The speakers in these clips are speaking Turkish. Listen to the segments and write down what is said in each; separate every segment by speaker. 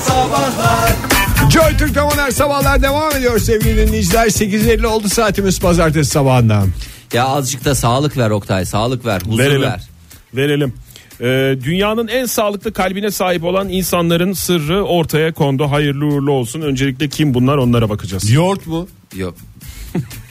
Speaker 1: Sabahlar
Speaker 2: Joy Türk'te Modern Sabahlar devam ediyor sevgili dinleyiciler. 8.50 oldu saatimiz pazartesi sabahında.
Speaker 3: Ya azıcık da sağlık ver Oktay. Sağlık ver. Huzur
Speaker 4: Verelim.
Speaker 3: ver.
Speaker 4: Verelim. Ee, dünyanın en sağlıklı kalbine sahip olan insanların sırrı ortaya kondu. Hayırlı uğurlu olsun. Öncelikle kim bunlar onlara bakacağız.
Speaker 2: Yoğurt mu?
Speaker 3: Yok.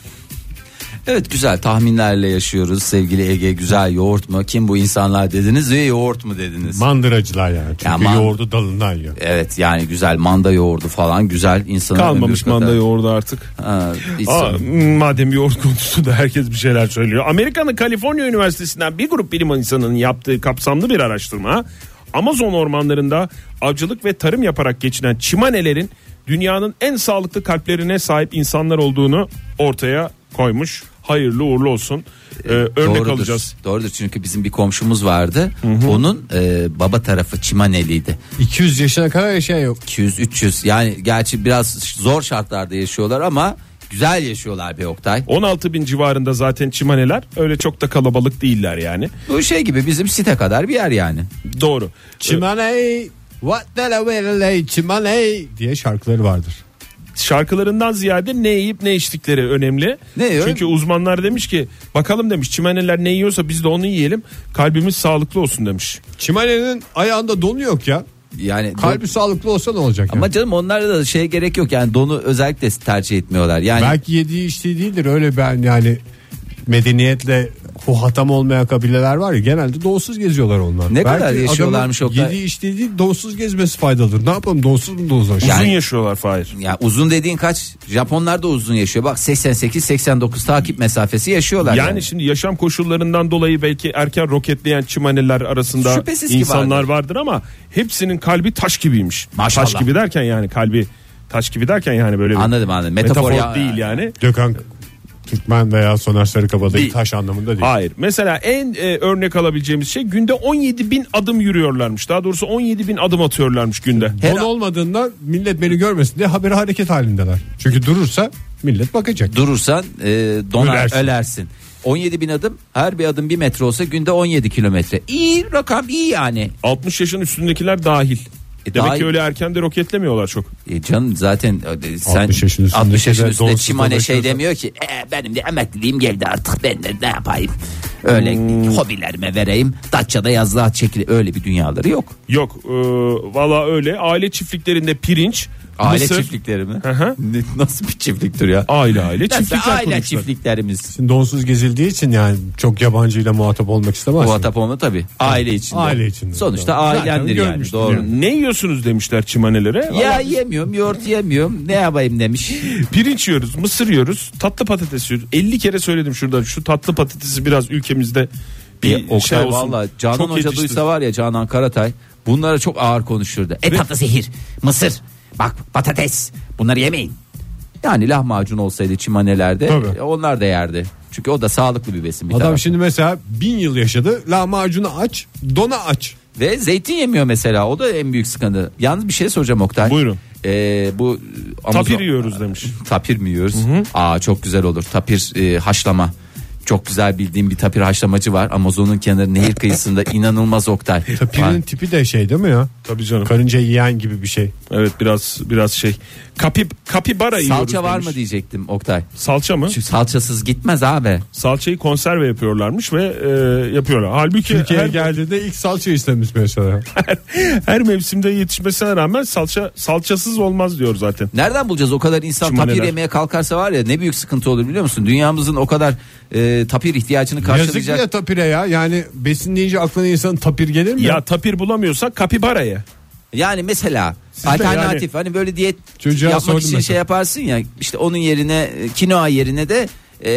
Speaker 3: evet güzel tahminlerle yaşıyoruz sevgili Ege. Güzel yoğurt mu? Kim bu insanlar dediniz ve yoğurt mu dediniz?
Speaker 2: Mandıracılar yani. Çünkü
Speaker 3: Ya man-
Speaker 2: yoğurdu dalından yiyor.
Speaker 3: evet yani güzel manda yoğurdu falan güzel insanın
Speaker 4: Kalmamış
Speaker 3: ömrü kadar-
Speaker 4: manda yoğurdu artık.
Speaker 3: Ha, hiç
Speaker 4: Aa,
Speaker 3: sorun.
Speaker 4: madem yoğurt konusunda herkes bir şeyler söylüyor. Amerika'nın Kaliforniya Üniversitesi'nden bir grup bilim insanının yaptığı kapsamlı bir araştırma Amazon ormanlarında avcılık ve tarım yaparak geçinen çimanelerin dünyanın en sağlıklı kalplerine sahip insanlar olduğunu ortaya koymuş. Hayırlı uğurlu olsun. Ee, örnek
Speaker 3: Doğrudur.
Speaker 4: alacağız.
Speaker 3: Doğrudur çünkü bizim bir komşumuz vardı. Onun e, baba tarafı Çimaneliydi.
Speaker 2: 200 yaşına kadar yaşayan yok.
Speaker 3: 200 300 yani gerçi biraz zor şartlarda yaşıyorlar ama güzel yaşıyorlar be Oktay.
Speaker 4: 16 bin civarında zaten çimaneler öyle çok da kalabalık değiller yani.
Speaker 3: Bu şey gibi bizim site kadar bir yer yani.
Speaker 4: Doğru.
Speaker 2: Çimaney, what the leveley, çimaney diye şarkıları vardır.
Speaker 4: şarkılarından ziyade ne yiyip ne içtikleri önemli.
Speaker 3: Ne yiyor?
Speaker 4: Çünkü uzmanlar demiş ki bakalım demiş çimeneler ne yiyorsa biz de onu yiyelim. Kalbimiz sağlıklı olsun demiş.
Speaker 2: Çimaney'nin ayağında donu yok ya.
Speaker 3: Yani
Speaker 2: Kalbi sağlıklı olsa ne olacak? yani?
Speaker 3: Ama canım onlarda da şeye gerek yok yani donu özellikle tercih etmiyorlar. Yani
Speaker 2: Belki yediği içtiği değildir öyle ben yani medeniyetle huhatam olmayan kabileler var ya genelde donsuz geziyorlar onlar.
Speaker 3: Ne
Speaker 2: Belki
Speaker 3: kadar yaşıyorlarmış
Speaker 2: adamın
Speaker 3: Oktay?
Speaker 2: Yediği içtiği değil donsuz gezmesi faydalıdır. Ne yapalım donsuz mu donsuz?
Speaker 3: Yani-
Speaker 4: Uzun yaşıyorlar Fahir.
Speaker 3: ya uzun dediğin kaç? Japonlar da uzun yaşıyor. Bak 88 89 takip mesafesi yaşıyorlar. Yani,
Speaker 4: Yani şimdi yaşam koşullarından dolayı belki erken roketleyen çimeneler arasında
Speaker 3: Şüphesiz ki
Speaker 4: insanlar vardır. ama hepsinin kalbi taş gibiymiş.
Speaker 3: Maşallah.
Speaker 4: Taş gibi derken yani kalbi taş gibi derken yani böyle bir
Speaker 3: Anladım, anladım. Metafor
Speaker 4: Metafor,
Speaker 3: ya-
Speaker 4: değil yani.
Speaker 2: Gökhan Türkmen veya Soner Sarıkabadayı
Speaker 3: Değil.
Speaker 2: taş anlamında değil.
Speaker 4: Hayır. Mesela en e, örnek alabileceğimiz şey günde 17 bin adım yürüyorlarmış. Daha doğrusu 17 bin adım atıyorlarmış günde.
Speaker 3: Her-
Speaker 2: Don olmadığında millet beni görmesin diye haber hareket halindeler. Çünkü durursa millet bakacak.
Speaker 3: durursan e, donar
Speaker 2: Ölersin.
Speaker 3: ölersin. 17 bin adım her bir adım bir metre olsa günde 17 kilometre. İyi rakam iyi yani.
Speaker 4: 60 yaşın üstündekiler dahil.
Speaker 3: E,
Speaker 4: Demek
Speaker 3: dahil.
Speaker 4: ki öyle erken de roketlemiyorlar çok.
Speaker 3: E canım zaten e, sen
Speaker 2: 60
Speaker 3: 60
Speaker 2: yaşın
Speaker 3: yaşın
Speaker 2: üstünde
Speaker 3: üstünde,
Speaker 2: şeyler donsuz
Speaker 3: çimane şey
Speaker 2: dolaşıyorsa-
Speaker 3: demiyor ki "E, benim de emekliliğim geldi artık ben de ne yapayım öyle hobilerime vereyim Datça'da yazlığa çekil öyle bir dünyaları yok.
Speaker 4: Yok e, valla öyle. Aile çiftliklerinde pirinç,
Speaker 3: Aile
Speaker 4: mısır.
Speaker 3: çiftlikleri mi?
Speaker 4: hı.
Speaker 3: Ne- Nasıl bir çiftliktir ya?
Speaker 4: Aile aile
Speaker 3: Nasıl
Speaker 4: çiftlikler
Speaker 3: aile
Speaker 4: kurmuşlar.
Speaker 3: çiftliklerimiz?
Speaker 2: Şimdi donsuz gezildiği için yani çok yabancıyla muhatap olmak istemez.
Speaker 3: Muhatap olma tabii. Aile içinde.
Speaker 2: Aile içinde.
Speaker 3: Sonuçta
Speaker 2: Zaten
Speaker 3: ailendir yani.
Speaker 2: görmüştür
Speaker 3: Doğru.
Speaker 2: yani.
Speaker 4: Ne yiyorsunuz demişler çimanelere.
Speaker 3: Ya
Speaker 4: Vallahi
Speaker 3: yemiyorum, yoğurt yemiyorum. Ne yapayım demiş.
Speaker 4: Pirinç yiyoruz, mısır yiyoruz, tatlı patates yiyoruz. 50 kere söyledim şurada şu tatlı patatesi biraz ülkemizde bir
Speaker 3: Bir Oktay
Speaker 4: şey olsun.
Speaker 3: valla Ee, Canan
Speaker 4: Çok
Speaker 3: Hoca
Speaker 4: yetiştir.
Speaker 3: duysa var ya Canan Karatay bunlara çok ağır konuşurdu. E tatlı zehir, mısır, bak patates bunları yemeyin. Yani lahmacun olsaydı çimanelerde
Speaker 2: Tabii.
Speaker 3: e, onlar da yerdi. Çünkü o da sağlıklı bir besin bir
Speaker 2: Adam
Speaker 3: taraftan.
Speaker 2: şimdi mesela bin yıl yaşadı. Lahmacunu aç, dona aç.
Speaker 3: Ve zeytin yemiyor mesela o da en büyük sıkıntı. Yalnız bir şey soracağım Oktay.
Speaker 4: Buyurun.
Speaker 3: E, bu e, Amazon-
Speaker 4: Tapir yiyoruz demiş.
Speaker 3: Tapir mi yiyoruz? Aa çok güzel olur. Tapir e, haşlama. Çok güzel bildiğim bir tapir haşlamacı var. Amazon'un kenarı nehir kıyısında inanılmaz Oktay.
Speaker 2: Tapirin
Speaker 3: Var.
Speaker 2: tipi de şey değil mi ya?
Speaker 4: Tabii canım.
Speaker 2: Karınca yiyen gibi bir şey.
Speaker 4: Evet biraz biraz şey. Kapip kapibara yiyoruz.
Speaker 3: Salça var
Speaker 4: demiş.
Speaker 3: mı diyecektim Oktay.
Speaker 4: Salça mı?
Speaker 3: Çünkü salçasız gitmez abi.
Speaker 4: Salçayı konserve yapıyorlarmış ve e, yapıyorlar. Halbuki
Speaker 2: Türkiye'ye
Speaker 4: her,
Speaker 2: geldiğinde ilk salça istemiş mesela.
Speaker 4: her mevsimde yetişmesine rağmen salça salçasız olmaz diyor zaten.
Speaker 3: Nereden bulacağız o kadar insan
Speaker 4: Çimaneler.
Speaker 3: tapir yemeye kalkarsa var ya ne büyük sıkıntı olur biliyor musun? Dünyamızın o kadar e, tapir ihtiyacını
Speaker 2: Yazık
Speaker 3: karşılayacak.
Speaker 2: ya tapire ya. Yani besin deyince aklına insanın tapir gelir mi?
Speaker 4: Ya tapir bulamıyorsak kapibara ye.
Speaker 3: Yani mesela
Speaker 2: de
Speaker 3: alternatif hani böyle diyet
Speaker 2: Çocuğa sordum
Speaker 3: yapmak için
Speaker 2: mesela.
Speaker 3: şey yaparsın ya işte onun yerine e, kinoa yerine de e,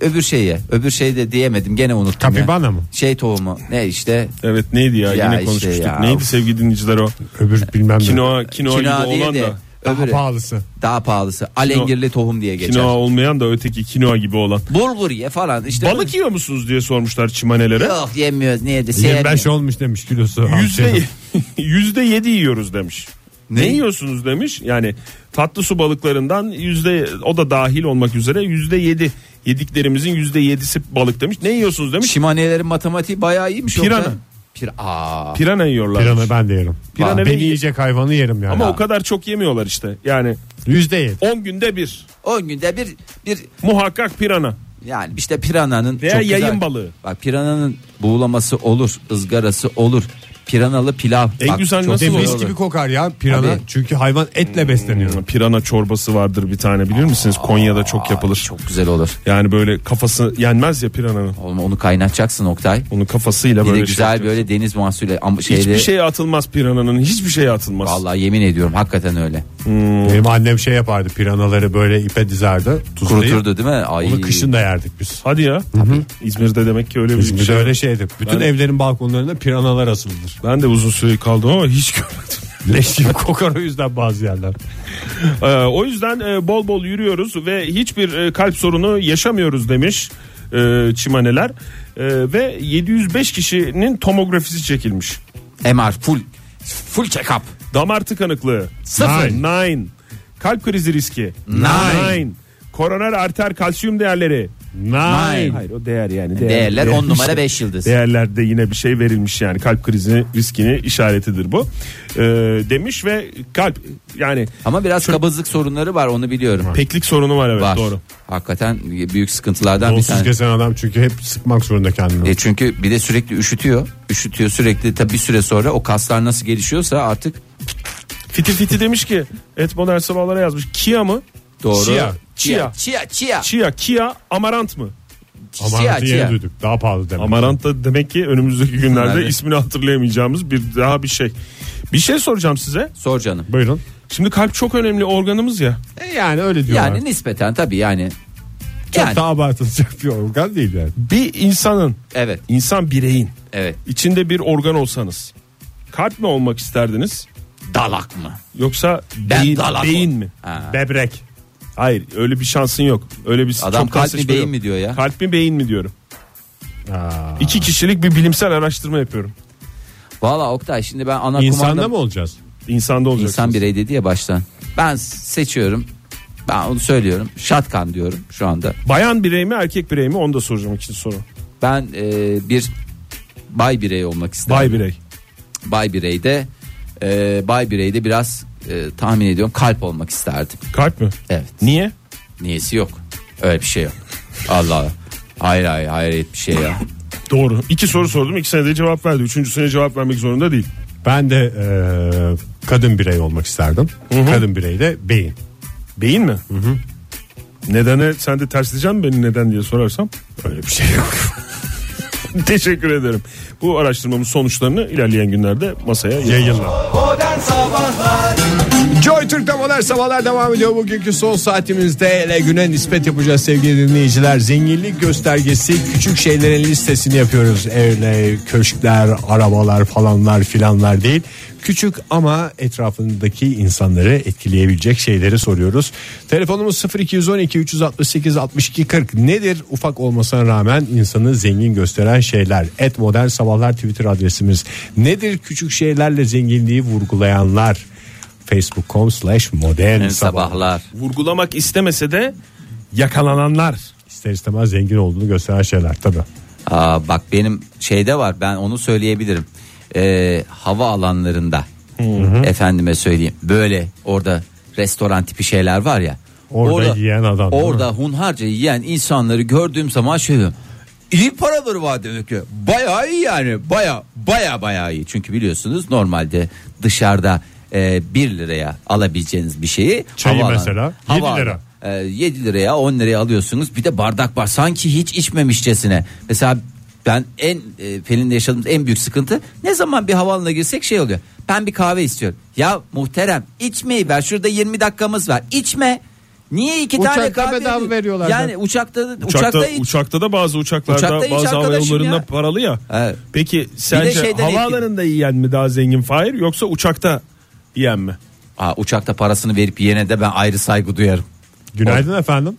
Speaker 3: öbür şeye öbür şey de diyemedim gene unuttum. ya.
Speaker 2: Kapibana mı?
Speaker 3: Şey tohumu ne işte
Speaker 4: Evet neydi ya,
Speaker 3: Ya
Speaker 4: yine
Speaker 3: işte
Speaker 4: konuşmuştuk.
Speaker 3: ya.
Speaker 4: Neydi sevgili dinleyiciler o?
Speaker 2: Öbür bilmem ne.
Speaker 4: Kinoa, kinoa,
Speaker 3: kinoa
Speaker 4: gibi
Speaker 3: diye
Speaker 4: olan
Speaker 3: de
Speaker 4: da.
Speaker 2: Daha
Speaker 3: öbürü
Speaker 2: pahalısı.
Speaker 3: daha pahalısı alengirli tohum diye geçer.
Speaker 4: Kinoa olmayan da öteki kinoa gibi olan.
Speaker 3: Bulgur ye falan işte.
Speaker 4: Balık yiyor musunuz diye sormuşlar çimanelere.
Speaker 3: Yok yemiyoruz niye de sevmiyorum.
Speaker 2: 25 olmuş demiş kilosu. şey.
Speaker 4: Yüzde,
Speaker 2: Hamsi.
Speaker 4: yüzde yedi yiyoruz demiş. Ne?
Speaker 3: Ne?
Speaker 4: yiyorsunuz demiş. Yani tatlı su balıklarından yüzde o da dahil olmak üzere yüzde yedi yediklerimizin yüzde yedisi balık demiş. Ne yiyorsunuz demiş.
Speaker 3: Şimanelerin matematiği bayağı iyiymiş.
Speaker 4: Pirana.
Speaker 3: Oktay. Pir aa.
Speaker 4: Pirana yiyorlar.
Speaker 2: Pirana ben de yerim.
Speaker 4: Pirana
Speaker 2: Beni
Speaker 4: ve-
Speaker 2: yiyecek hayvanı yerim yani.
Speaker 4: Ama o kadar çok yemiyorlar işte. Yani
Speaker 2: Yüzde yedi.
Speaker 4: 10 günde bir
Speaker 3: 10 günde bir bir
Speaker 4: muhakkak pirana.
Speaker 3: yani işte pirananın
Speaker 4: Veya
Speaker 3: çok güzel-
Speaker 4: yayın balığı.
Speaker 3: Bak pirananın buğulaması olur, ızgarası olur. Piranalı pilav.
Speaker 4: En
Speaker 3: Bak,
Speaker 4: güzel
Speaker 3: çok
Speaker 4: nasıl
Speaker 3: güzel
Speaker 4: olur?
Speaker 2: Mis
Speaker 3: olur.
Speaker 2: gibi kokar ya pirana.
Speaker 3: Tabii.
Speaker 2: Çünkü hayvan etle besleniyor.
Speaker 4: Pirana çorbası vardır bir tane bilir misiniz? Konya'da çok yapılır.
Speaker 3: Çok güzel olur.
Speaker 4: Yani böyle kafası yenmez ya pirananın.
Speaker 3: Onu, onu kaynatacaksın Oktay.
Speaker 4: Onun kafasıyla
Speaker 3: Bir de
Speaker 4: böyle şey
Speaker 3: güzel
Speaker 4: yapacak.
Speaker 3: böyle deniz mahsulü ama şeyde
Speaker 4: Hiçbir şey atılmaz pirananın. Hiçbir şey atılmaz.
Speaker 3: vallahi yemin ediyorum hakikaten öyle.
Speaker 2: Benim annem şey yapardı piranaları böyle ipe dizerdi. Tuzlayıp.
Speaker 3: Kuruturdu değil mi? Ay.
Speaker 2: Onu kışın da yerdik biz.
Speaker 4: Hadi ya. İzmir'de demek ki öyle bir
Speaker 2: Bizim
Speaker 4: şey.
Speaker 2: öyle şeydi. Bütün
Speaker 4: Ben-
Speaker 2: evlerin balkonlarında piranalar asılıdır.
Speaker 4: Ben de uzun süre kaldım ama hiç görmedim.
Speaker 2: Leş gibi kokar o yüzden bazı yerler.
Speaker 4: Ee, o yüzden e, bol bol yürüyoruz ve hiçbir e, kalp sorunu yaşamıyoruz demiş e, çimaneler. E, ve 705 kişinin tomografisi çekilmiş.
Speaker 3: MR full full check up.
Speaker 4: Damar tıkanıklığı.
Speaker 3: Sıfır.
Speaker 4: Nine. Nine. Kalp krizi riski.
Speaker 3: Nine.
Speaker 4: Koroner arter kalsiyum değerleri.
Speaker 3: Nine.
Speaker 4: Hayır o değer yani. Değer,
Speaker 3: Değerler
Speaker 4: değer.
Speaker 3: 10 numara 5 yıldız.
Speaker 4: Değerlerde yine bir şey verilmiş yani kalp krizi riskini işaretidir bu. Ee, demiş ve kalp yani
Speaker 3: Ama biraz kabızlık sorunları var onu biliyorum.
Speaker 4: peklik sorunu var evet
Speaker 3: var.
Speaker 4: doğru.
Speaker 3: Hakikaten büyük sıkıntılardan bir
Speaker 2: Donsuz
Speaker 3: tanesi.
Speaker 2: kesen adam çünkü hep sıkmak zorunda kendini.
Speaker 3: E çünkü bir de sürekli üşütüyor. Üşütüyor sürekli. Tabi bir süre sonra o kaslar nasıl gelişiyorsa artık
Speaker 4: Fiti Fiti demiş ki et modern sabahlara yazmış. Kia mı?
Speaker 3: doğru.
Speaker 2: Chia.
Speaker 3: Chia. Chia. Chia.
Speaker 4: Chia, Kia, Amarant mı?
Speaker 3: Chia,
Speaker 2: Amarant'ı
Speaker 3: chia.
Speaker 2: yeni duyduk. Daha pahalı demek.
Speaker 4: Amarant da demek ki önümüzdeki günlerde
Speaker 3: Nerede?
Speaker 4: ismini hatırlayamayacağımız bir daha bir şey. Bir şey soracağım size.
Speaker 3: Sor canım.
Speaker 2: Buyurun.
Speaker 4: Şimdi kalp çok önemli organımız ya.
Speaker 2: E yani öyle diyorlar.
Speaker 3: Yani nispeten tabii yani.
Speaker 2: Çok
Speaker 3: yani
Speaker 2: da abartılacak bir organ değil yani.
Speaker 4: Bir insanın,
Speaker 3: evet.
Speaker 4: insan bireyin
Speaker 3: Evet.
Speaker 4: içinde bir organ olsanız kalp mi olmak isterdiniz?
Speaker 3: Dalak mı?
Speaker 4: Yoksa
Speaker 3: Ben
Speaker 4: beyin,
Speaker 3: dalak
Speaker 4: beyin
Speaker 3: ol-
Speaker 4: mi?
Speaker 3: Ha.
Speaker 2: Bebrek.
Speaker 4: Hayır öyle bir şansın yok. Öyle bir
Speaker 3: Adam
Speaker 4: çok
Speaker 3: kalp mi,
Speaker 4: tartışma
Speaker 3: beyin
Speaker 4: yok.
Speaker 3: mi diyor ya?
Speaker 4: Kalp mi beyin mi diyorum.
Speaker 2: Aa.
Speaker 4: İki kişilik bir bilimsel araştırma yapıyorum.
Speaker 3: Valla Oktay şimdi ben ana
Speaker 2: İnsanda
Speaker 3: kumanda
Speaker 2: mı olacağız?
Speaker 4: İnsanda olacak.
Speaker 3: insan birey dedi ya baştan. Ben seçiyorum. Ben onu söylüyorum. Şatkan diyorum şu anda.
Speaker 4: Bayan birey mi erkek birey mi onu da soracağım ikinci soru.
Speaker 3: Ben e, bir bay birey olmak isterim.
Speaker 4: Bay birey.
Speaker 3: Bay bireyde e, bay bireyde biraz e, tahmin ediyorum kalp olmak isterdim.
Speaker 4: Kalp mi?
Speaker 3: Evet.
Speaker 4: Niye?
Speaker 3: Niyesi yok. Öyle bir şey yok. Allah Allah. Hayır hayır hayret bir şey ya.
Speaker 4: Doğru. İki soru sordum. İkisine de cevap verdi. Üçüncüsüne cevap vermek zorunda değil.
Speaker 2: Ben de e, kadın birey olmak isterdim. Kadın birey de beyin.
Speaker 4: Beyin mi? Hı hı. Nedene sen de tersleyeceksin mi beni neden diye sorarsam? Öyle bir şey yok. Teşekkür ederim. Bu araştırmamın sonuçlarını ilerleyen günlerde masaya yayınlar.
Speaker 2: Joy Türk'te modern sabahlar devam ediyor. Bugünkü son saatimizde ele güne nispet yapacağız sevgili dinleyiciler. Zenginlik göstergesi küçük şeylerin listesini yapıyoruz. Evler, köşkler, arabalar falanlar filanlar değil. Küçük ama etrafındaki insanları etkileyebilecek şeyleri soruyoruz. Telefonumuz 0212 368 62 40 nedir ufak olmasına rağmen insanı zengin gösteren şeyler. Et modern sabahlar Twitter adresimiz. Nedir küçük şeylerle zenginliği vurgulayanlar? facebook.com slash modern sabahlar.
Speaker 3: sabahlar.
Speaker 4: Vurgulamak istemese de yakalananlar.
Speaker 2: İster istemez zengin olduğunu gösteren şeyler tabi.
Speaker 3: Aa, bak benim şeyde var ben onu söyleyebilirim. Ee, hava alanlarında efendime söyleyeyim böyle orada restoran tipi şeyler var ya.
Speaker 2: Orada yiyen adam, değil
Speaker 3: Orada hunharca yiyen insanları gördüğüm zaman şey diyorum. İyi paraları var demek ki. Bayağı iyi yani. Baya baya bayağı iyi. Çünkü biliyorsunuz normalde dışarıda e, 1 liraya alabileceğiniz bir şeyi
Speaker 2: Çayı
Speaker 3: havaalanı-
Speaker 2: mesela 7
Speaker 3: havaalanı-
Speaker 2: lira.
Speaker 3: e, 7 liraya 10 liraya alıyorsunuz. Bir de bardak var sanki hiç içmemişçesine. Mesela ben en e, Pelin'de yaşadığımız en büyük sıkıntı ne zaman bir havalına girsek şey oluyor. Ben bir kahve istiyorum. Ya muhterem içmeyi ver şurada 20 dakikamız var. İçme. Niye iki tane
Speaker 2: Uçakta
Speaker 3: kahve
Speaker 2: bedava
Speaker 3: alıyorsun?
Speaker 2: veriyorlar
Speaker 3: Yani uçakta uçakta,
Speaker 4: Uçakta,
Speaker 3: iç.
Speaker 4: uçakta da bazı uçaklarda
Speaker 3: Uçakta hiç
Speaker 4: bazı hava
Speaker 3: arkadaşım
Speaker 4: yollarında
Speaker 3: ya.
Speaker 4: paralı ya.
Speaker 3: Evet.
Speaker 4: Peki sence
Speaker 3: şeyden
Speaker 4: havaalanında yiyen mi daha zengin Fahir yoksa uçakta yiyen mi?
Speaker 3: Aa, uçakta parasını verip yiyene de ben ayrı saygı duyarım.
Speaker 2: Günaydın efendim.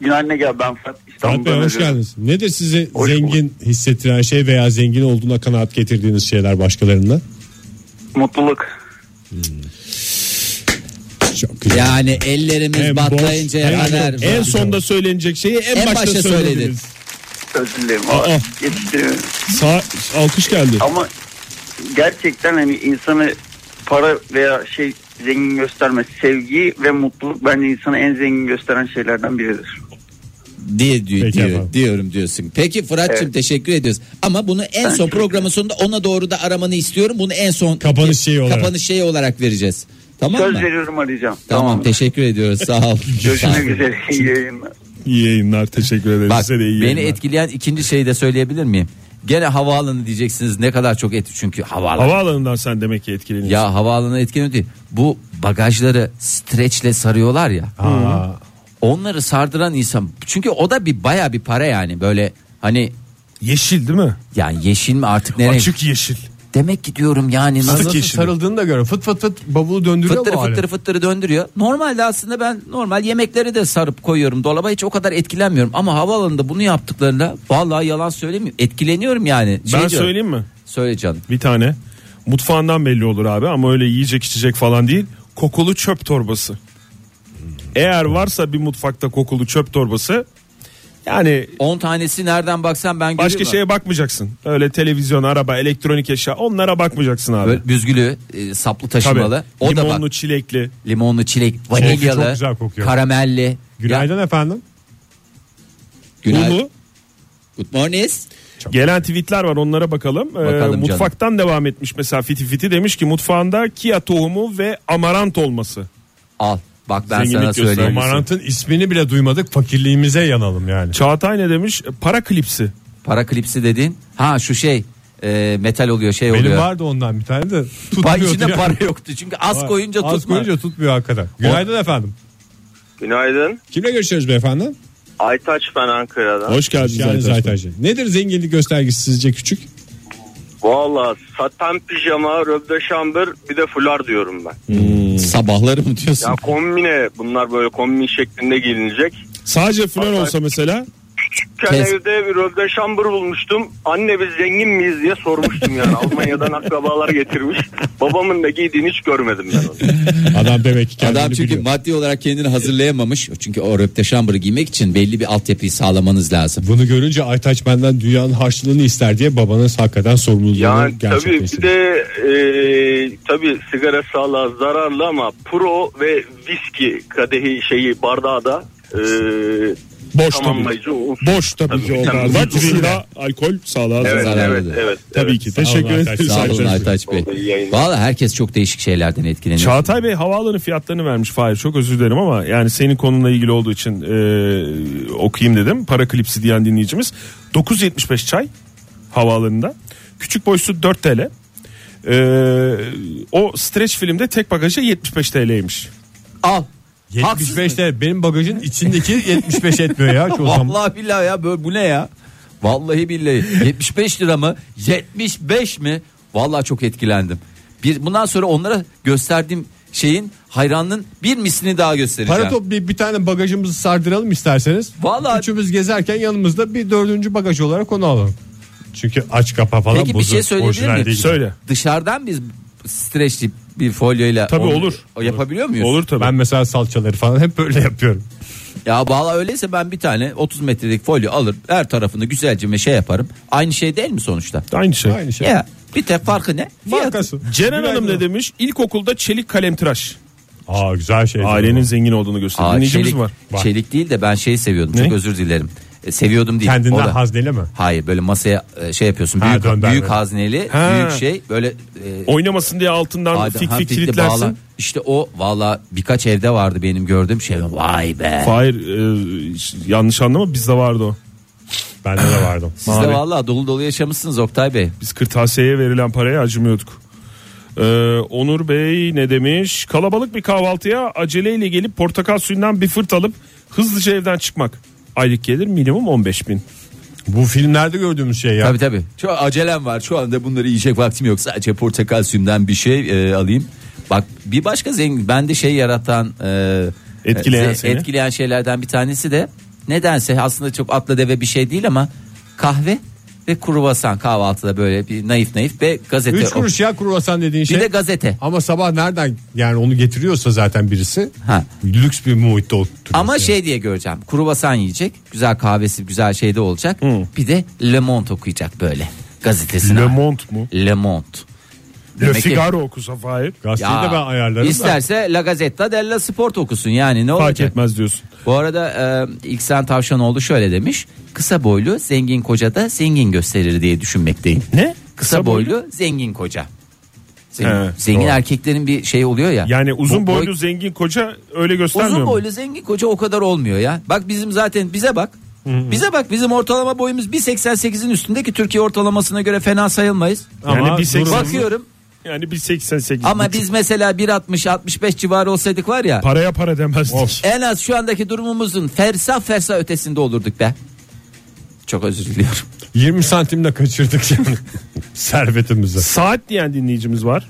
Speaker 1: Günaydın Ege ben Fırat
Speaker 2: Fırat Bey
Speaker 1: İstanbul'dan
Speaker 2: hoş
Speaker 1: arıyorum.
Speaker 2: geldiniz. Nedir sizi
Speaker 1: Hoş
Speaker 2: zengin hissettiren şey veya zengin olduğuna kanaat getirdiğiniz şeyler başkalarına?
Speaker 1: Mutluluk.
Speaker 2: Çok güzel.
Speaker 3: Yani ellerimiz
Speaker 2: Hem E, boş,
Speaker 3: batlayıncaya
Speaker 2: hem-
Speaker 3: kadar.
Speaker 2: en
Speaker 4: En sonda söylenecek şeyi en,
Speaker 3: En
Speaker 4: başta,
Speaker 3: başta
Speaker 4: söylediniz.
Speaker 3: söylediniz.
Speaker 5: Özür dilerim. Valla
Speaker 2: Aa.
Speaker 5: yetiştiremiyorum.
Speaker 2: Sağ alkış geldi.
Speaker 5: Ama gerçekten hani insanı para veya şey zengin göstermez. Sevgi ve mutluluk bence insanı en zengin gösteren şeylerden biridir.
Speaker 3: diye diyor,
Speaker 2: Peki
Speaker 3: diyor-
Speaker 2: efendim.
Speaker 3: diyorum diyorsun. Peki Fırat'cığım
Speaker 5: Evet.
Speaker 3: teşekkür ediyoruz. Ama bunu en son programın sonunda ona doğru da aramanı istiyorum. Bunu en son
Speaker 2: Kapanış şeyi olarak.
Speaker 3: kapanış şeyi olarak vereceğiz. Tamam
Speaker 5: Söz
Speaker 3: mı?
Speaker 5: veriyorum arayacağım.
Speaker 3: Tamam, teşekkür ediyoruz. Sağ ol. Sağ ol.
Speaker 5: Görüşmek üzere. İyi yayınlar.
Speaker 2: İyi yayınlar teşekkür ederiz.
Speaker 3: Bak
Speaker 2: Size de iyi
Speaker 3: beni
Speaker 2: yayınlar.
Speaker 3: etkileyen ikinci şeyi de söyleyebilir miyim? Gene havaalanı diyeceksiniz ne kadar çok et çünkü havaalanı.
Speaker 4: Havaalanından sen demek ki etkileniyorsun.
Speaker 3: Ya havaalanı etkileniyor değil. Bu bagajları streçle sarıyorlar ya. Onları sardıran insan çünkü o da bir baya bir para yani böyle hani
Speaker 4: Yeşil değil mi?
Speaker 3: yani yeşil mi artık nereye?
Speaker 4: Açık yeşil.
Speaker 3: Demek ki diyorum yani nasıl
Speaker 6: Nasıl
Speaker 4: yeşili.
Speaker 6: sarıldığını da göre fıt fıt fıt bavulu döndürüyor
Speaker 3: fıttırı
Speaker 6: mu hala?
Speaker 3: fıttırı fıttırı döndürüyor. Normalde aslında ben normal yemekleri de sarıp koyuyorum dolaba hiç o kadar etkilenmiyorum. Ama havaalanında bunu yaptıklarında vallahi yalan söylemiyorum etkileniyorum yani. Şey
Speaker 4: ben
Speaker 3: diyorum,
Speaker 4: söyleyeyim mi?
Speaker 3: Söyle canım.
Speaker 4: Bir tane. Mutfağından belli olur abi ama öyle yiyecek içecek falan değil. Kokulu çöp torbası. Eğer varsa bir mutfakta kokulu çöp torbası yani
Speaker 3: 10 tanesi nereden baksan ben
Speaker 4: başka şey
Speaker 3: görüyorum.
Speaker 4: şeye bakmayacaksın. Öyle televizyon, araba, elektronik eşya onlara bakmayacaksın abi.
Speaker 3: Böyle büzgülü, e, saplı
Speaker 4: Tabii.
Speaker 3: taşımalı. O da
Speaker 4: Limonlu,
Speaker 3: bak.
Speaker 4: çilekli.
Speaker 3: Limonlu, çilek,
Speaker 2: çok
Speaker 3: vanilyalı,
Speaker 2: güzel kokuyor.
Speaker 3: karamelli. Ya,
Speaker 2: Günaydın efendim.
Speaker 3: günaydın.
Speaker 4: Ulu.
Speaker 3: Good morning.
Speaker 4: Gelen tweetler var onlara bakalım. Ee,
Speaker 3: Bakalım canım.
Speaker 4: mutfaktan devam etmiş mesela Fiti Fiti demiş ki mutfağında kia tohumu ve amarant olması.
Speaker 3: Al. Bak ben
Speaker 4: Zenginlik
Speaker 3: sana
Speaker 4: göstergesi.
Speaker 3: söyleyeyim.
Speaker 2: Amarant'ın ismini bile duymadık fakirliğimize yanalım yani.
Speaker 4: Çağatay ne demiş? Para klipsi.
Speaker 3: Para klipsi dedin. Ha şu şey e, metal oluyor şey
Speaker 2: Benim
Speaker 3: oluyor.
Speaker 2: vardı ondan bir tane de
Speaker 3: Bay
Speaker 2: tutmuyordu.
Speaker 3: içinde
Speaker 2: yani.
Speaker 3: para yoktu. Çünkü az
Speaker 2: Var.
Speaker 3: koyunca tutma.
Speaker 2: Az koyunca tutmuyor hakikaten. Günaydın efendim.
Speaker 7: Günaydın.
Speaker 2: Kimle görüşüyoruz beyefendi?
Speaker 7: Aytaç ben Ankara'dan.
Speaker 2: Hoş geldiniz Aytaş Bey. Nedir zenginlik göstergesi sizce küçük?
Speaker 7: Valla saten pijama, röbde şambır bir de fular diyorum ben.
Speaker 3: Hmm, Sabahları mı diyorsun?
Speaker 7: Ya kombine bunlar böyle kombin şeklinde giyinilecek.
Speaker 4: Sadece flan olsa mesela
Speaker 7: Küçükken
Speaker 3: Kes-
Speaker 7: evde bir röbde şambır bulmuştum. Anne biz zengin miyiz diye sormuştum yani. Almanya'dan akrabalar getirmiş. Babamın da giydiğini hiç görmedim ben onu.
Speaker 2: Adam demek ki kendini
Speaker 3: Adam çünkü
Speaker 2: biliyor.
Speaker 3: maddi olarak kendini hazırlayamamış. Çünkü o röpte şambırı giymek için belli bir altyapıyı sağlamanız lazım.
Speaker 2: Bunu görünce Aytaç benden dünyanın harçlığını ister diye babanız hakikaten sorumluluğunu
Speaker 7: Yani tabii bir
Speaker 2: gerçekleştirdi.
Speaker 7: de e, tabii sigara sağlığa zararlı ama pro ve viski kadehi şeyi bardağı da e,
Speaker 2: Boş tabii.
Speaker 7: tamamlayıcı unsur.
Speaker 2: Boş tabii ki o
Speaker 7: tabii.
Speaker 2: bardak.
Speaker 7: Tabii.
Speaker 2: Zira alkol sağlığa zarar.
Speaker 7: Evet,
Speaker 3: zararlı
Speaker 7: evet,
Speaker 3: da.
Speaker 7: evet,
Speaker 2: Tabii
Speaker 7: evet.
Speaker 2: ki. Teşekkür ederiz.
Speaker 3: Sağ olun
Speaker 2: Aytaç Bey.
Speaker 3: Aytaç Bey.
Speaker 7: Oldu, iyi yayınlar.
Speaker 3: Valla herkes çok değişik şeylerden etkileniyor.
Speaker 4: Çağatay Bey havaalanı fiyatlarını vermiş Fahir çok özür dilerim ama yani senin konunla ilgili olduğu için e, okuyayım dedim. Para klipsi diyen dinleyicimiz 9.75 çay havaalanında. Küçük boy su 4 TL. E, o streç filmde tek bagaja 75 TL'ymiş.
Speaker 3: Al. Haksız
Speaker 2: 75 TL. Benim bagajın içindeki 75 etmiyor ya çoğu zaman.
Speaker 3: Vallahi billahi ya böyle bu ne ya? Vallahi billahi 75 lira mı? 75 mi? Vallahi çok etkilendim. Bir bundan sonra onlara gösterdiğim şeyin hayranının bir mislini daha göstereceğim.
Speaker 2: Para toplayıp bir tane bagajımızı sardıralım isterseniz.
Speaker 3: Vallahi-
Speaker 2: Üçümüz gezerken yanımızda bir dördüncü bagaj olarak onu alalım. Çünkü aç kapa falan
Speaker 3: Peki bir
Speaker 2: bozulur.
Speaker 3: şey söyleyebilir
Speaker 2: Orijinal
Speaker 3: miyim?
Speaker 2: değil.
Speaker 4: Söyle.
Speaker 3: Dışarıdan biz streçli bir folyoyla
Speaker 4: Tabii
Speaker 3: onu-
Speaker 4: olur.
Speaker 3: o yapabiliyor muyuz?
Speaker 4: Olur tabii.
Speaker 2: Ben mesela salçaları falan hep böyle yapıyorum.
Speaker 3: Ya valla öyleyse ben bir tane 30 metrelik folyo alır her tarafını güzelce meşe yaparım. Aynı şey değil mi sonuçta?
Speaker 4: Aynı şey.
Speaker 2: Aynı şey.
Speaker 3: Ya bir tek farkı ne? Fiyatı.
Speaker 2: Markası.
Speaker 4: Ceren Hanım ne
Speaker 2: dedi?
Speaker 4: demiş? İlkokulda çelik kalem tıraş.
Speaker 2: Aa güzel şey.
Speaker 4: Ailenin zengin olduğunu gösteriyor.
Speaker 3: Aa,
Speaker 4: Dinleyicimiz
Speaker 3: çelik,
Speaker 4: var.
Speaker 2: Var.
Speaker 3: çelik değil de ben şeyi seviyordum.
Speaker 4: Ne?
Speaker 3: Çok özür dilerim. E, seviyordum değil.
Speaker 2: kendinden
Speaker 3: O da-
Speaker 2: hazneli mi?
Speaker 3: Hayır böyle masaya e, şey yapıyorsun.
Speaker 2: Ha,
Speaker 3: Büyük
Speaker 2: döndürme.
Speaker 3: büyük hazneli,
Speaker 4: Ha.
Speaker 3: büyük şey böyle e,
Speaker 4: Oynamasın diye altından
Speaker 3: Adem-
Speaker 4: fik
Speaker 3: ha,
Speaker 4: fik
Speaker 3: fitli
Speaker 4: kilitlersin.
Speaker 3: bağla. İşte o valla birkaç evde vardı benim gördüğüm şey. Vay be.
Speaker 4: Hayır e, yanlış anlama bizde vardı o.
Speaker 2: Bende de vardı.
Speaker 3: Siz de valla dolu dolu yaşamışsınız Oktay Bey.
Speaker 4: Biz kırtasiyeye verilen paraya acımıyorduk. Ee, Onur Bey ne demiş? Kalabalık bir kahvaltıya aceleyle gelip portakal suyundan bir fırt alıp hızlıca evden çıkmak. Aylık gelir minimum 15 bin.
Speaker 2: Bu filmlerde gördüğümüz şey ya.
Speaker 3: Tabii tabii. Şu an acelem var. Şu anda bunları yiyecek vaktim yok. Sadece portakal suyumdan bir şey e, alayım. Bak bir başka zengin bende şey yaratan e,
Speaker 4: Etkileyen
Speaker 3: e,
Speaker 4: seni.
Speaker 3: etkileyen şeylerden bir tanesi de nedense aslında çok atla deve bir şey değil ama kahve ve kruvasan kahvaltıda böyle bir naif naif ve gazete.
Speaker 7: 3 kuruş ya kruvasan dediğin
Speaker 3: Bir
Speaker 7: şey.
Speaker 3: de gazete.
Speaker 7: Ama sabah nereden yani onu getiriyorsa zaten birisi
Speaker 3: Ha.
Speaker 7: lüks bir muhitte oturuyor.
Speaker 3: Ama
Speaker 7: Yani.
Speaker 3: şey diye göreceğim. Kruvasan yiyecek. Güzel kahvesi, güzel şeyde olacak. Bir de Le Monde okuyacak böyle gazetesini.
Speaker 4: Le Monde mu?
Speaker 3: Le Monde.
Speaker 4: Le
Speaker 3: Demek ki-
Speaker 4: Figaro okusa Fahir.
Speaker 7: gazeteyi de ben ayarlarım. da.
Speaker 3: isterse La Gazzetta della Sport okusun yani ne
Speaker 4: Fark
Speaker 3: olacak?
Speaker 4: etmez diyorsun.
Speaker 3: Bu arada e, İhsan Tavşanoğlu şöyle demiş. Kısa boylu zengin koca da zengin gösterir diye düşünmekteyim.
Speaker 4: Ne?
Speaker 3: Kısa, boylu, zengin koca. Zengin,
Speaker 4: He,
Speaker 3: zengin
Speaker 4: doğru.
Speaker 3: erkeklerin bir şey oluyor ya.
Speaker 4: Yani uzun
Speaker 3: Bu- boy-
Speaker 4: boylu zengin koca öyle göstermiyor
Speaker 3: Uzun
Speaker 4: mu?
Speaker 3: boylu zengin koca o kadar olmuyor ya. Bak bizim zaten bize bak. Bize bak bizim ortalama boyumuz 1.88'in üstündeki Türkiye ortalamasına göre fena sayılmayız.
Speaker 4: Yani
Speaker 7: Ama
Speaker 4: bir seksen-
Speaker 7: durum-
Speaker 3: Bakıyorum
Speaker 4: Yani bir 88.
Speaker 3: ama biz mesela 1.60-65 civarı olsaydık var ya
Speaker 4: Paraya para demezdik.
Speaker 3: en az şu andaki durumumuzun fersa fersa ötesinde olurduk be. Çok özür diliyorum.
Speaker 7: 20 santimle kaçırdık yani servetimizi.
Speaker 4: Saat diyen dinleyicimiz var.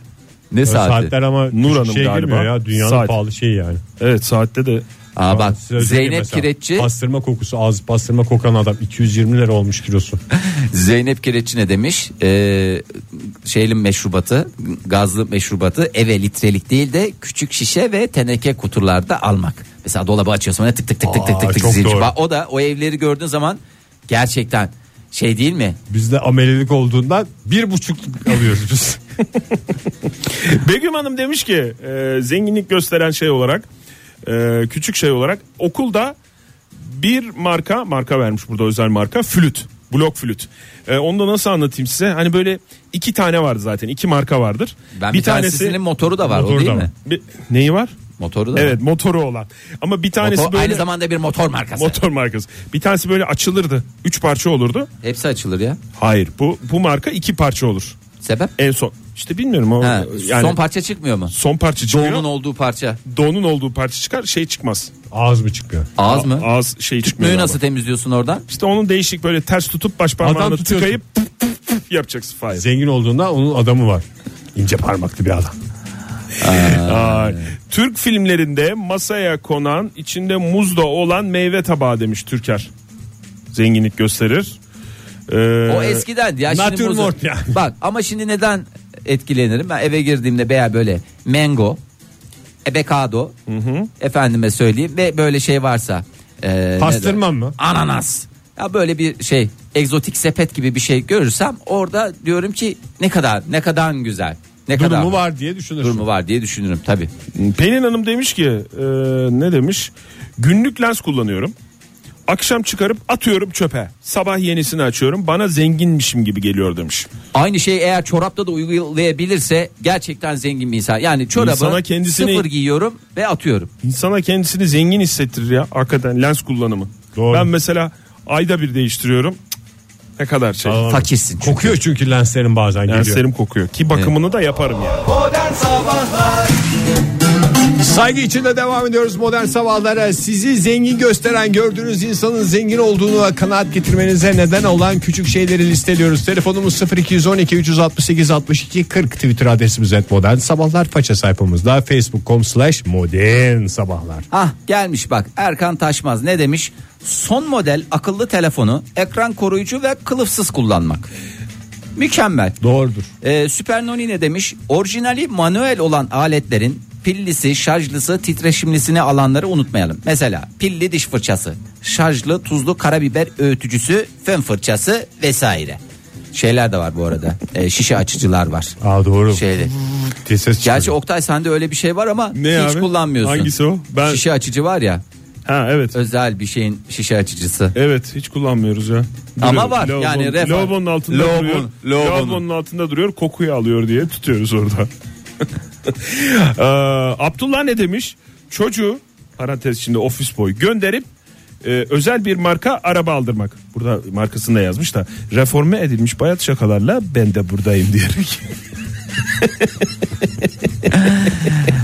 Speaker 3: Ne saati?
Speaker 7: Saatler ama
Speaker 4: Nur Hanım
Speaker 7: şey
Speaker 4: galiba.
Speaker 7: girmiyor ya dünyanın
Speaker 4: Saat.
Speaker 7: pahalı şeyi yani.
Speaker 4: Evet saatte de
Speaker 3: Aa bak
Speaker 7: Size özel diyeyim
Speaker 3: Zeynep
Speaker 7: mesela.
Speaker 3: Kireççi
Speaker 7: Pastırma kokusu az pastırma kokan adam 220 lira olmuş kilosu.
Speaker 3: Zeynep Kireççi ne demiş? Ee, şeylin meşrubatı, gazlı meşrubatı eve litrelik değil de küçük şişe ve teneke kutularda almak. Mesela dolabı açıyorsun böyle tık tık tık tık tık
Speaker 7: Aa,
Speaker 3: tık tık
Speaker 7: çok
Speaker 3: zincir.
Speaker 7: doğru.
Speaker 3: Bak o da o evleri gördüğün zaman gerçekten şey değil mi?
Speaker 7: Bizde amelilik olduğundan bir buçukluk alıyoruz biz.
Speaker 4: Begüm Hanım demiş ki e, zenginlik gösteren şey olarak e, küçük şey olarak okulda bir marka marka vermiş burada özel marka flüt blok flüt. E, onu da nasıl anlatayım size? Hani böyle iki tane vardı zaten iki marka vardır.
Speaker 3: Ben bir, tanesinin motoru da var o
Speaker 7: Motoru
Speaker 3: değil
Speaker 7: da
Speaker 3: mi?
Speaker 7: var.
Speaker 4: bir- neyi var?
Speaker 3: Motoru da var.
Speaker 4: Evet motoru olan. Ama bir tanesi
Speaker 3: Motor-
Speaker 4: böyle
Speaker 3: Aynı zamanda bir motor markası.
Speaker 4: motor markası. Bir tanesi böyle açılırdı. Üç parça olurdu.
Speaker 3: Hepsi açılır ya.
Speaker 4: Hayır bu bu marka iki parça olur.
Speaker 3: Sebep?
Speaker 4: En son. İşte bilmiyorum o
Speaker 3: Ha,
Speaker 4: yani
Speaker 3: son parça çıkmıyor mu?
Speaker 4: son parça çıkıyor.
Speaker 3: Doğumun olduğu parça.
Speaker 4: Donun olduğu parça çıkar şey çıkmaz.
Speaker 7: Ağız mı çıkıyor?
Speaker 3: Ağız mı?
Speaker 4: Ağız şey çıkmıyor.
Speaker 3: Tüpmüğü
Speaker 4: galiba.
Speaker 3: nasıl temizliyorsun oradan?
Speaker 4: İşte onun değişik böyle ters tutup baş
Speaker 7: Adam
Speaker 4: parmağını
Speaker 7: tutuyorsun.
Speaker 4: tıkayıp pıf pıf pıf yapacaksın Fahir.
Speaker 7: Zengin olduğundan onun adamı var. İnce parmaklı bir adam.
Speaker 4: Ay. Türk filmlerinde masaya konan içinde muzda olan meyve tabağı demiş Türker. Zenginlik gösterir. Ee,
Speaker 3: O eskiden ya şimdi
Speaker 7: Natürmort
Speaker 3: bozuldu.
Speaker 7: yani.
Speaker 3: Bak ama şimdi neden etkilenirim? Ben eve girdiğimde veya böyle mango, ebekado, efendime söyleyeyim ve böyle şey varsa. E, ne
Speaker 7: Pastırma
Speaker 3: de-
Speaker 7: mı?
Speaker 3: Ananas. Ya böyle bir şey egzotik sepet gibi bir şey görürsem orada diyorum ki ne kadar ne kadar güzel. Ne kadar
Speaker 7: Durumu var diye düşünürsün.
Speaker 3: Durumu var diye düşünürüm tabi.
Speaker 4: Pelin Hanım demiş ki e, ne demiş? Günlük lens kullanıyorum. Akşam çıkarıp atıyorum çöpe. Sabah yenisini açıyorum. Bana zenginmişim gibi geliyor demiş.
Speaker 3: Aynı şey eğer çorapta da uygulayabilirse gerçekten zengin bir insan. Yani çorabı
Speaker 4: İnsana kendisini-
Speaker 3: sıfır giyiyorum ve atıyorum.
Speaker 4: İnsana kendisini zengin hissettirir ya hakikaten lens kullanımı.
Speaker 7: Doğru.
Speaker 4: Ben mesela ayda bir değiştiriyorum. Cık, Ne kadar şey.
Speaker 7: Aa,
Speaker 3: Fakirsin çünkü.
Speaker 7: Kokuyor çünkü lenslerin bazen geliyor.
Speaker 4: Lenslerim kokuyor. Ki bakımını da yaparım yani.
Speaker 2: Saygı içinde devam ediyoruz modern sabahlara. Sizi zengin gösteren gördüğünüz insanın zengin olduğunu kanaat getirmenize neden olan küçük şeyleri listeliyoruz. Telefonumuz 0212 368 62 40 Twitter adresimiz et modern sabahlar faça sayfamızda facebook.com slash modern sabahlar.
Speaker 3: Ah gelmiş bak Erkan Taşmaz ne demiş? Son model akıllı telefonu ekran koruyucu ve kılıfsız kullanmak. Mükemmel.
Speaker 7: Doğrudur.
Speaker 3: Ee, Süper Noni ne demiş? Orijinali manuel olan aletlerin pillisi, şarjlısı, titreşimlisini alanları unutmayalım. Mesela pilli diş fırçası, şarjlı tuzlu karabiber öğütücüsü, fön fırçası vesaire. Şeyler de var bu arada. Ee, şişe açıcılar var.
Speaker 7: Aa doğru.
Speaker 3: Şeyde.
Speaker 7: Diye ses çıkıyor.
Speaker 3: Gerçi Oktay sende öyle bir şey var ama
Speaker 4: Ne
Speaker 3: hiç
Speaker 4: abi?
Speaker 3: kullanmıyorsun.
Speaker 4: Hangisi o? Ben-
Speaker 3: Şişe açıcı var ya
Speaker 4: Ha evet.
Speaker 3: özel bir şeyin şişe açıcısı.
Speaker 4: Evet hiç kullanmıyoruz ya.
Speaker 3: Ama var, yani ref-
Speaker 4: Lavabonun altında
Speaker 3: Lavabon-
Speaker 4: duruyor.
Speaker 3: lavabonun.
Speaker 4: Lavabonun altında duruyor kokuyu alıyor diye tutuyoruz orada. Ee, Abdullah ne demiş? Çocuğu parantez içinde ofis boy gönderip e, özel bir marka araba aldırmak. Burada markasını da yazmış da reforme edilmiş bayat şakalarla ben de buradayım diyerek.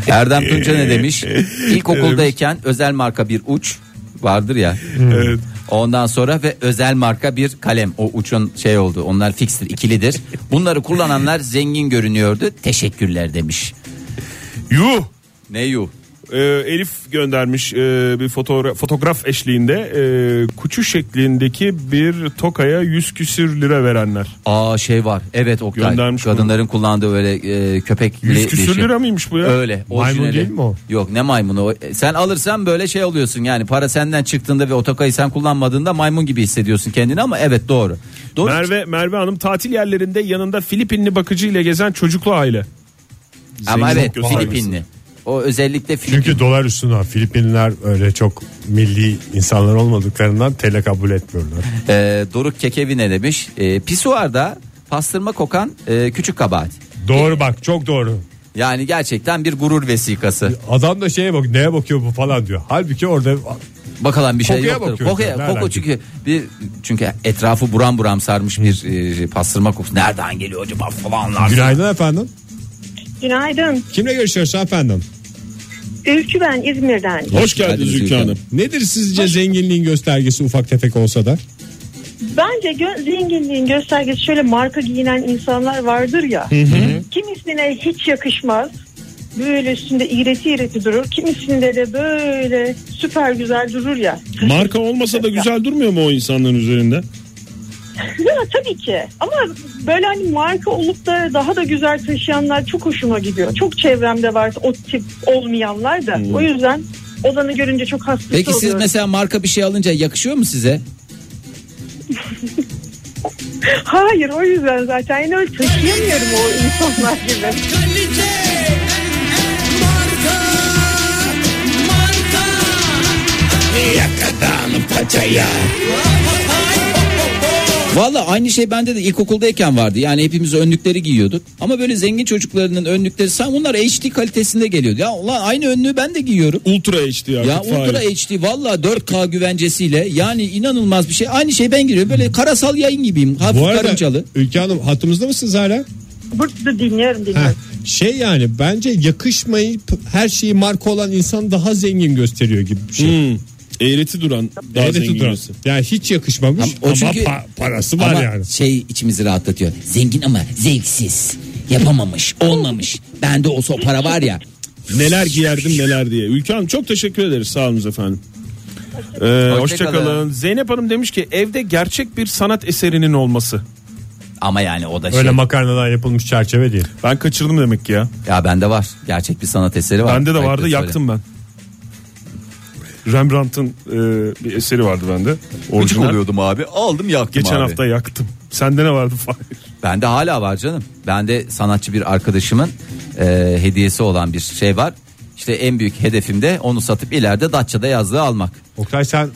Speaker 3: Erdem Tunca ne demiş? İlkokuldayken özel marka bir uç vardır ya.
Speaker 4: Hmm. evet.
Speaker 3: Ondan sonra ve özel marka bir kalem. O uçun şey oldu. Onlar fikstir, ikilidir. Bunları kullananlar zengin görünüyordu. Teşekkürler demiş.
Speaker 4: Yuh
Speaker 3: Ne yu?
Speaker 4: Ee, Elif göndermiş e, bir fotoğraf, fotoğraf eşliğinde e, kuçu şeklindeki bir tokaya yüz küsür lira verenler.
Speaker 3: Aa şey var. Evet Oktay.
Speaker 4: Göndermiş
Speaker 3: Kadınların kullandığı böyle e, köpek
Speaker 4: Yüz küsür lira mıymış bu ya?
Speaker 3: Öyle.
Speaker 2: Maymun
Speaker 3: orijinali.
Speaker 2: değil mi o?
Speaker 3: Yok ne maymunu. O- e, Sen alırsan böyle şey oluyorsun yani para senden çıktığında ve otokayı sen kullanmadığında maymun gibi hissediyorsun kendini ama evet doğru. Doğru.
Speaker 4: Merve Merve Hanım tatil yerlerinde yanında Filipinli bakıcıyla gezen çocuklu aile.
Speaker 3: ama
Speaker 4: zengin
Speaker 3: evet
Speaker 4: yok.
Speaker 3: Filipinli. O özellikle Filipin.
Speaker 2: Çünkü dolar üstüne var. Filipinler öyle çok milli insanlar olmadıklarından tele kabul etmiyorlar.
Speaker 3: Ee, Doruk Kekevi ne demiş? Ee, pisuarda pastırma kokan e, küçük kabahat.
Speaker 2: doğru bak çok doğru.
Speaker 3: Yani gerçekten bir gurur vesikası.
Speaker 2: Adam da şeye bak neye bakıyor bu falan diyor. Halbuki orada
Speaker 3: Bakalım bir şey
Speaker 2: Kokuya
Speaker 3: yoktur.
Speaker 2: bakıyoruz
Speaker 3: Kokuya,
Speaker 2: yani,
Speaker 3: koku
Speaker 2: nereden
Speaker 3: çünkü bir çünkü etrafı buram buram sarmış bir e, pastırma kokusu. Nereden geliyor acaba falanlar?
Speaker 2: günaydın efendim.
Speaker 8: Günaydın.
Speaker 2: Kimle görüşüyoruz efendim?
Speaker 8: Ülkü ben İzmir'den.
Speaker 4: Hoş
Speaker 3: geldiniz Hadi Zülkü Zülkü Hanım. Hanım.
Speaker 2: Nedir sizce zenginliğin göstergesi ufak tefek olsa da?
Speaker 8: Bence gö- zenginliğin göstergesi şöyle marka giyinen insanlar vardır ya. Kimisine hiç yakışmaz. Böyle üstünde iğreti iğreti durur. Kimisinde de böyle süper güzel durur ya.
Speaker 4: Marka olmasa da güzel durmuyor mu o insanların üzerinde?
Speaker 8: Ya tabii ki. Ama böyle hani marka olup da daha da güzel taşıyanlar çok hoşuma gidiyor. Çok çevremde var o tip olmayanlar da. O yüzden odanı görünce çok hastası
Speaker 3: Peki siz
Speaker 8: oluyorum.
Speaker 3: mesela marka bir şey alınca yakışıyor mu size?
Speaker 8: Hayır o yüzden zaten yani öyle taşıyamıyorum o insanlar gibi.
Speaker 3: Valla aynı şey bende de ilkokuldayken vardı. Yani hepimiz önlükleri giyiyorduk. Ama böyle zengin çocuklarının önlükleri sen bunlar HD kalitesinde geliyordu. Ya ulan aynı önlüğü ben de giyiyorum.
Speaker 4: Ultra HD artık.
Speaker 3: Ya Ultra HD valla 4K güvencesiyle yani inanılmaz bir şey. Aynı şey ben giriyorum. Böyle karasal yayın gibiyim. Hafif
Speaker 2: Bu arada
Speaker 3: karıncalı.
Speaker 2: Ülke Hanım hattımızda mısınız hala?
Speaker 8: Burada dinliyorum
Speaker 2: Heh,
Speaker 8: dinliyorum.
Speaker 2: Şey yani bence yakışmayıp her şeyi marka olan insan daha zengin gösteriyor gibi bir şey.
Speaker 4: Hmm. Eğreti duran
Speaker 2: Evet, duran. Yani hiç yakışmamış
Speaker 3: Ama o
Speaker 2: ama
Speaker 3: çünkü-
Speaker 2: pa- parası var
Speaker 3: ama
Speaker 2: yani.
Speaker 3: şey içimizi rahatlatıyor. Zengin ama zevksiz. Yapamamış, olmamış. Bende olsa o para var ya.
Speaker 4: Neler giyerdim neler diye. Ülke Hanım çok teşekkür ederiz. Sağ olun efendim. Ee, Hoşçakalın.
Speaker 3: Hoşçakalın.
Speaker 4: Zeynep Hanım demiş ki evde gerçek bir sanat eserinin olması.
Speaker 3: Ama yani o da şey.
Speaker 2: Öyle makarnadan yapılmış çerçeve değil.
Speaker 4: Ben kaçırdım demek ki ya.
Speaker 3: Ya bende var. Gerçek bir sanat eseri var.
Speaker 4: Bende de
Speaker 3: Ayıp
Speaker 4: vardı
Speaker 3: söyle.
Speaker 4: yaktım ben. Rembrandt'ın e, bir eseri vardı bende.
Speaker 3: Gıcık
Speaker 4: Orijinal.
Speaker 3: oluyordum abi. Aldım yaktım
Speaker 4: Geçen
Speaker 3: abi.
Speaker 4: hafta yaktım. Sende ne vardı Fahir?
Speaker 3: Bende hala var canım. Bende sanatçı bir arkadaşımın e, hediyesi olan bir şey var. İşte en büyük hedefim de onu satıp ileride Datça'da yazlığı almak.
Speaker 2: Oktay sen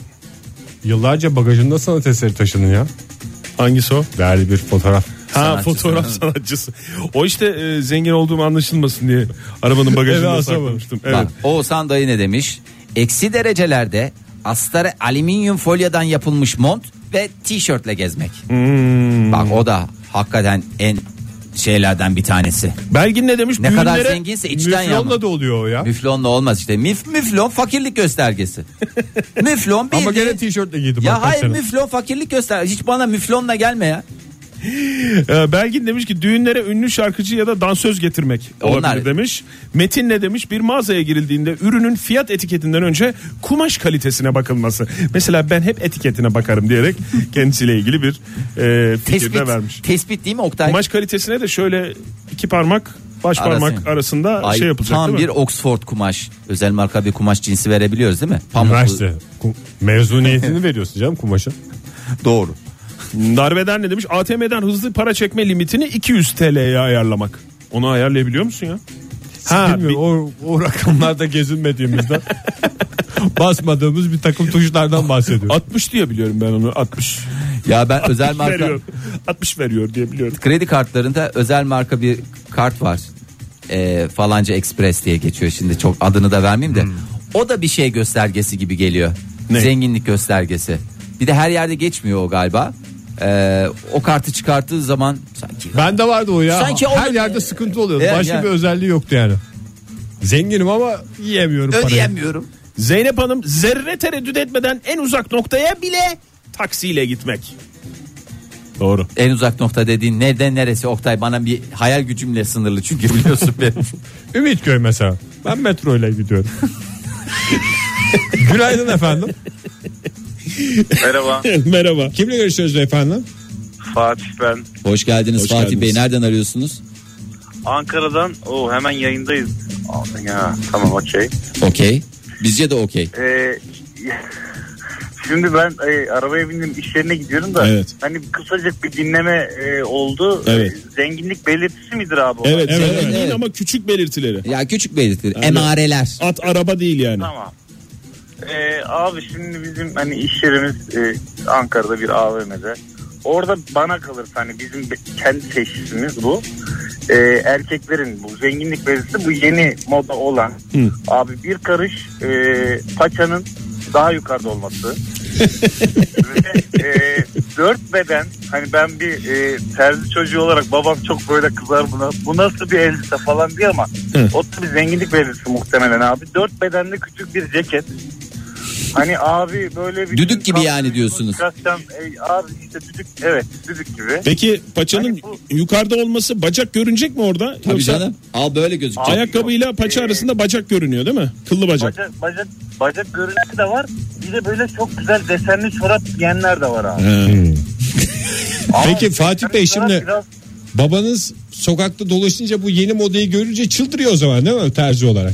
Speaker 2: yıllarca bagajında sanat eseri taşıdın ya.
Speaker 4: Hangisi o?
Speaker 2: Değerli bir fotoğraf.
Speaker 4: Ha
Speaker 3: Sanatçısı.
Speaker 4: fotoğraf sanatçısı. O işte e, zengin olduğum anlaşılmasın diye arabanın bagajında
Speaker 2: Evet,
Speaker 4: saklamıştım. Evet.
Speaker 3: Bak, Oğuzhan dayı ne demiş? Eksi derecelerde astarı alüminyum folyadan yapılmış mont ve tişörtle gezmek.
Speaker 4: Hmm.
Speaker 3: Bak o da hakikaten en şeylerden bir tanesi.
Speaker 4: Belgin ne demiş?
Speaker 3: Ne kadar
Speaker 4: Düğünlere-
Speaker 3: zenginse içten yanma.
Speaker 2: Müflonla da oluyor o ya.
Speaker 3: Müflonla olmaz işte. Mif, müflon fakirlik göstergesi. müflon bir
Speaker 2: Ama gene tişörtle giydim.
Speaker 3: Ya
Speaker 2: hakikaten.
Speaker 3: hayır müflon fakirlik göster. Hiç bana müflonla gelme ya.
Speaker 4: Ee, Belgin demiş ki düğünlere ünlü şarkıcı ya da dansöz getirmek olabilir
Speaker 3: Onlar-
Speaker 4: demiş. Metin ne demiş? Bir mağazaya girildiğinde ürünün fiyat etiketinden önce kumaş kalitesine bakılması. Mesela ben hep etiketine bakarım diyerek kendisiyle ilgili bir e, fikir de
Speaker 3: Tespit,
Speaker 4: vermiş.
Speaker 3: tespit değil mi Oktay?
Speaker 4: Kumaş kalitesine de şöyle iki parmak baş
Speaker 3: Arası.
Speaker 4: parmak arasında
Speaker 3: Ay,
Speaker 4: şey yapılacak
Speaker 3: tam
Speaker 4: değil
Speaker 3: bir
Speaker 4: mi?
Speaker 3: Oxford kumaş. Özel marka bir kumaş cinsi verebiliyoruz değil mi? Pamuklu.
Speaker 2: Üniversite ku- mezuniyetini veriyorsun canım kumaşa.
Speaker 3: Doğru.
Speaker 4: Darbeden ne demiş? ATM'den hızlı para çekme limitini 200 TL'ye ayarlamak. Onu ayarlayabiliyor musun ya? Ha, bir-
Speaker 2: Bilmiyorum o, o rakamlarda gezinmediğimizden basmadığımız bir takım tuşlardan bahsediyoruz.
Speaker 4: 60 diye biliyorum ben onu 60.
Speaker 3: Ya ben özel
Speaker 4: 60
Speaker 3: marka
Speaker 4: veriyor. 60 veriyor diye biliyorum.
Speaker 3: kredi kartlarında özel marka bir kart var. Ee, falanca Express diye geçiyor şimdi çok adını da vermeyeyim de. O da bir şey göstergesi gibi geliyor.
Speaker 4: Hmm. Ne?
Speaker 3: Zenginlik göstergesi. Bir de her yerde geçmiyor o galiba. Ee, o kartı çıkarttığı zaman sanki
Speaker 2: Bende vardı o ya.
Speaker 3: Sanki o-
Speaker 2: Her yerde sıkıntı oluyordu.
Speaker 3: Evet,
Speaker 2: Başka
Speaker 3: yani.
Speaker 2: bir özelliği yoktu yani. Zenginim ama yiyemiyorum parayı.
Speaker 3: ödeyemiyorum.
Speaker 4: Zeynep Hanım zerre tereddüt etmeden en uzak noktaya bile taksiyle gitmek. Doğru.
Speaker 3: En uzak nokta dediğin nereden neresi Oktay bana bir hayal gücümle sınırlı çünkü biliyorsun benim.
Speaker 2: Ümitköy mesela. Ben metro ile gidiyorum.
Speaker 7: Günaydın efendim.
Speaker 5: Merhaba
Speaker 4: Merhaba.
Speaker 7: Kimle görüşüyoruz efendim?
Speaker 5: Fatih ben.
Speaker 3: Hoş geldiniz
Speaker 7: Hoş
Speaker 3: Fatih
Speaker 7: geldiniz.
Speaker 3: Bey. Nereden arıyorsunuz?
Speaker 5: Ankara'dan o hemen yayındayız. Aa, Ya, tamam okey.
Speaker 3: Okey. Bizce de okey.
Speaker 5: Ee, şimdi ben e, arabaya bindim iş yerine gidiyorum da
Speaker 7: Evet.
Speaker 5: hani kısacık bir dinleme e, oldu.
Speaker 7: Evet.
Speaker 5: E, Zenginlik belirtisi midir abi? o?
Speaker 4: Evet,
Speaker 3: Evet,
Speaker 4: zengin
Speaker 3: evet.
Speaker 4: ama küçük belirtileri.
Speaker 3: Ya küçük belirtileri. Emareler.
Speaker 4: At araba değil yani.
Speaker 5: Tamam. Ee, abi şimdi bizim hani iş yerimiz e, Ankara'da bir AVM'de. Orada bana kalırsa hani bizim be- kendi teşhisimiz bu. Ee, erkeklerin bu zenginlik belirtisi bu yeni moda olan abi bir karış e, paçanın daha yukarıda olması. Ve, e, dört beden hani ben bir e, terzi çocuğu olarak babam çok böyle kızar buna bu nasıl bir elbise falan diye ama o da bir zenginlik belirtisi muhtemelen abi dört bedenli küçük bir ceket hani abi böyle bir
Speaker 3: Düdük gibi yani diyorsunuz.
Speaker 5: Kastan, e, abi işte düdük evet düdük gibi
Speaker 4: Peki paçanın
Speaker 5: Hani bu-
Speaker 4: yukarıda olması bacak görünecek mi orada?
Speaker 3: Tabii
Speaker 4: Yoksa
Speaker 3: canım. Al böyle gözükecek.
Speaker 4: Ayakkabıyla paça
Speaker 5: Ee,
Speaker 4: arasında bacak görünüyor değil mi? Kıllı e- bacak.
Speaker 5: bacak bacak bacak görüntü de var bir de böyle çok güzel desenli çorap giyenler de var abi Ama
Speaker 7: Peki Fatih Bey
Speaker 5: çorap
Speaker 7: şimdi
Speaker 5: biraz
Speaker 7: babanız sokakta dolaşınca bu yeni modayı görünce çıldırıyor o zaman değil mi terzi olarak?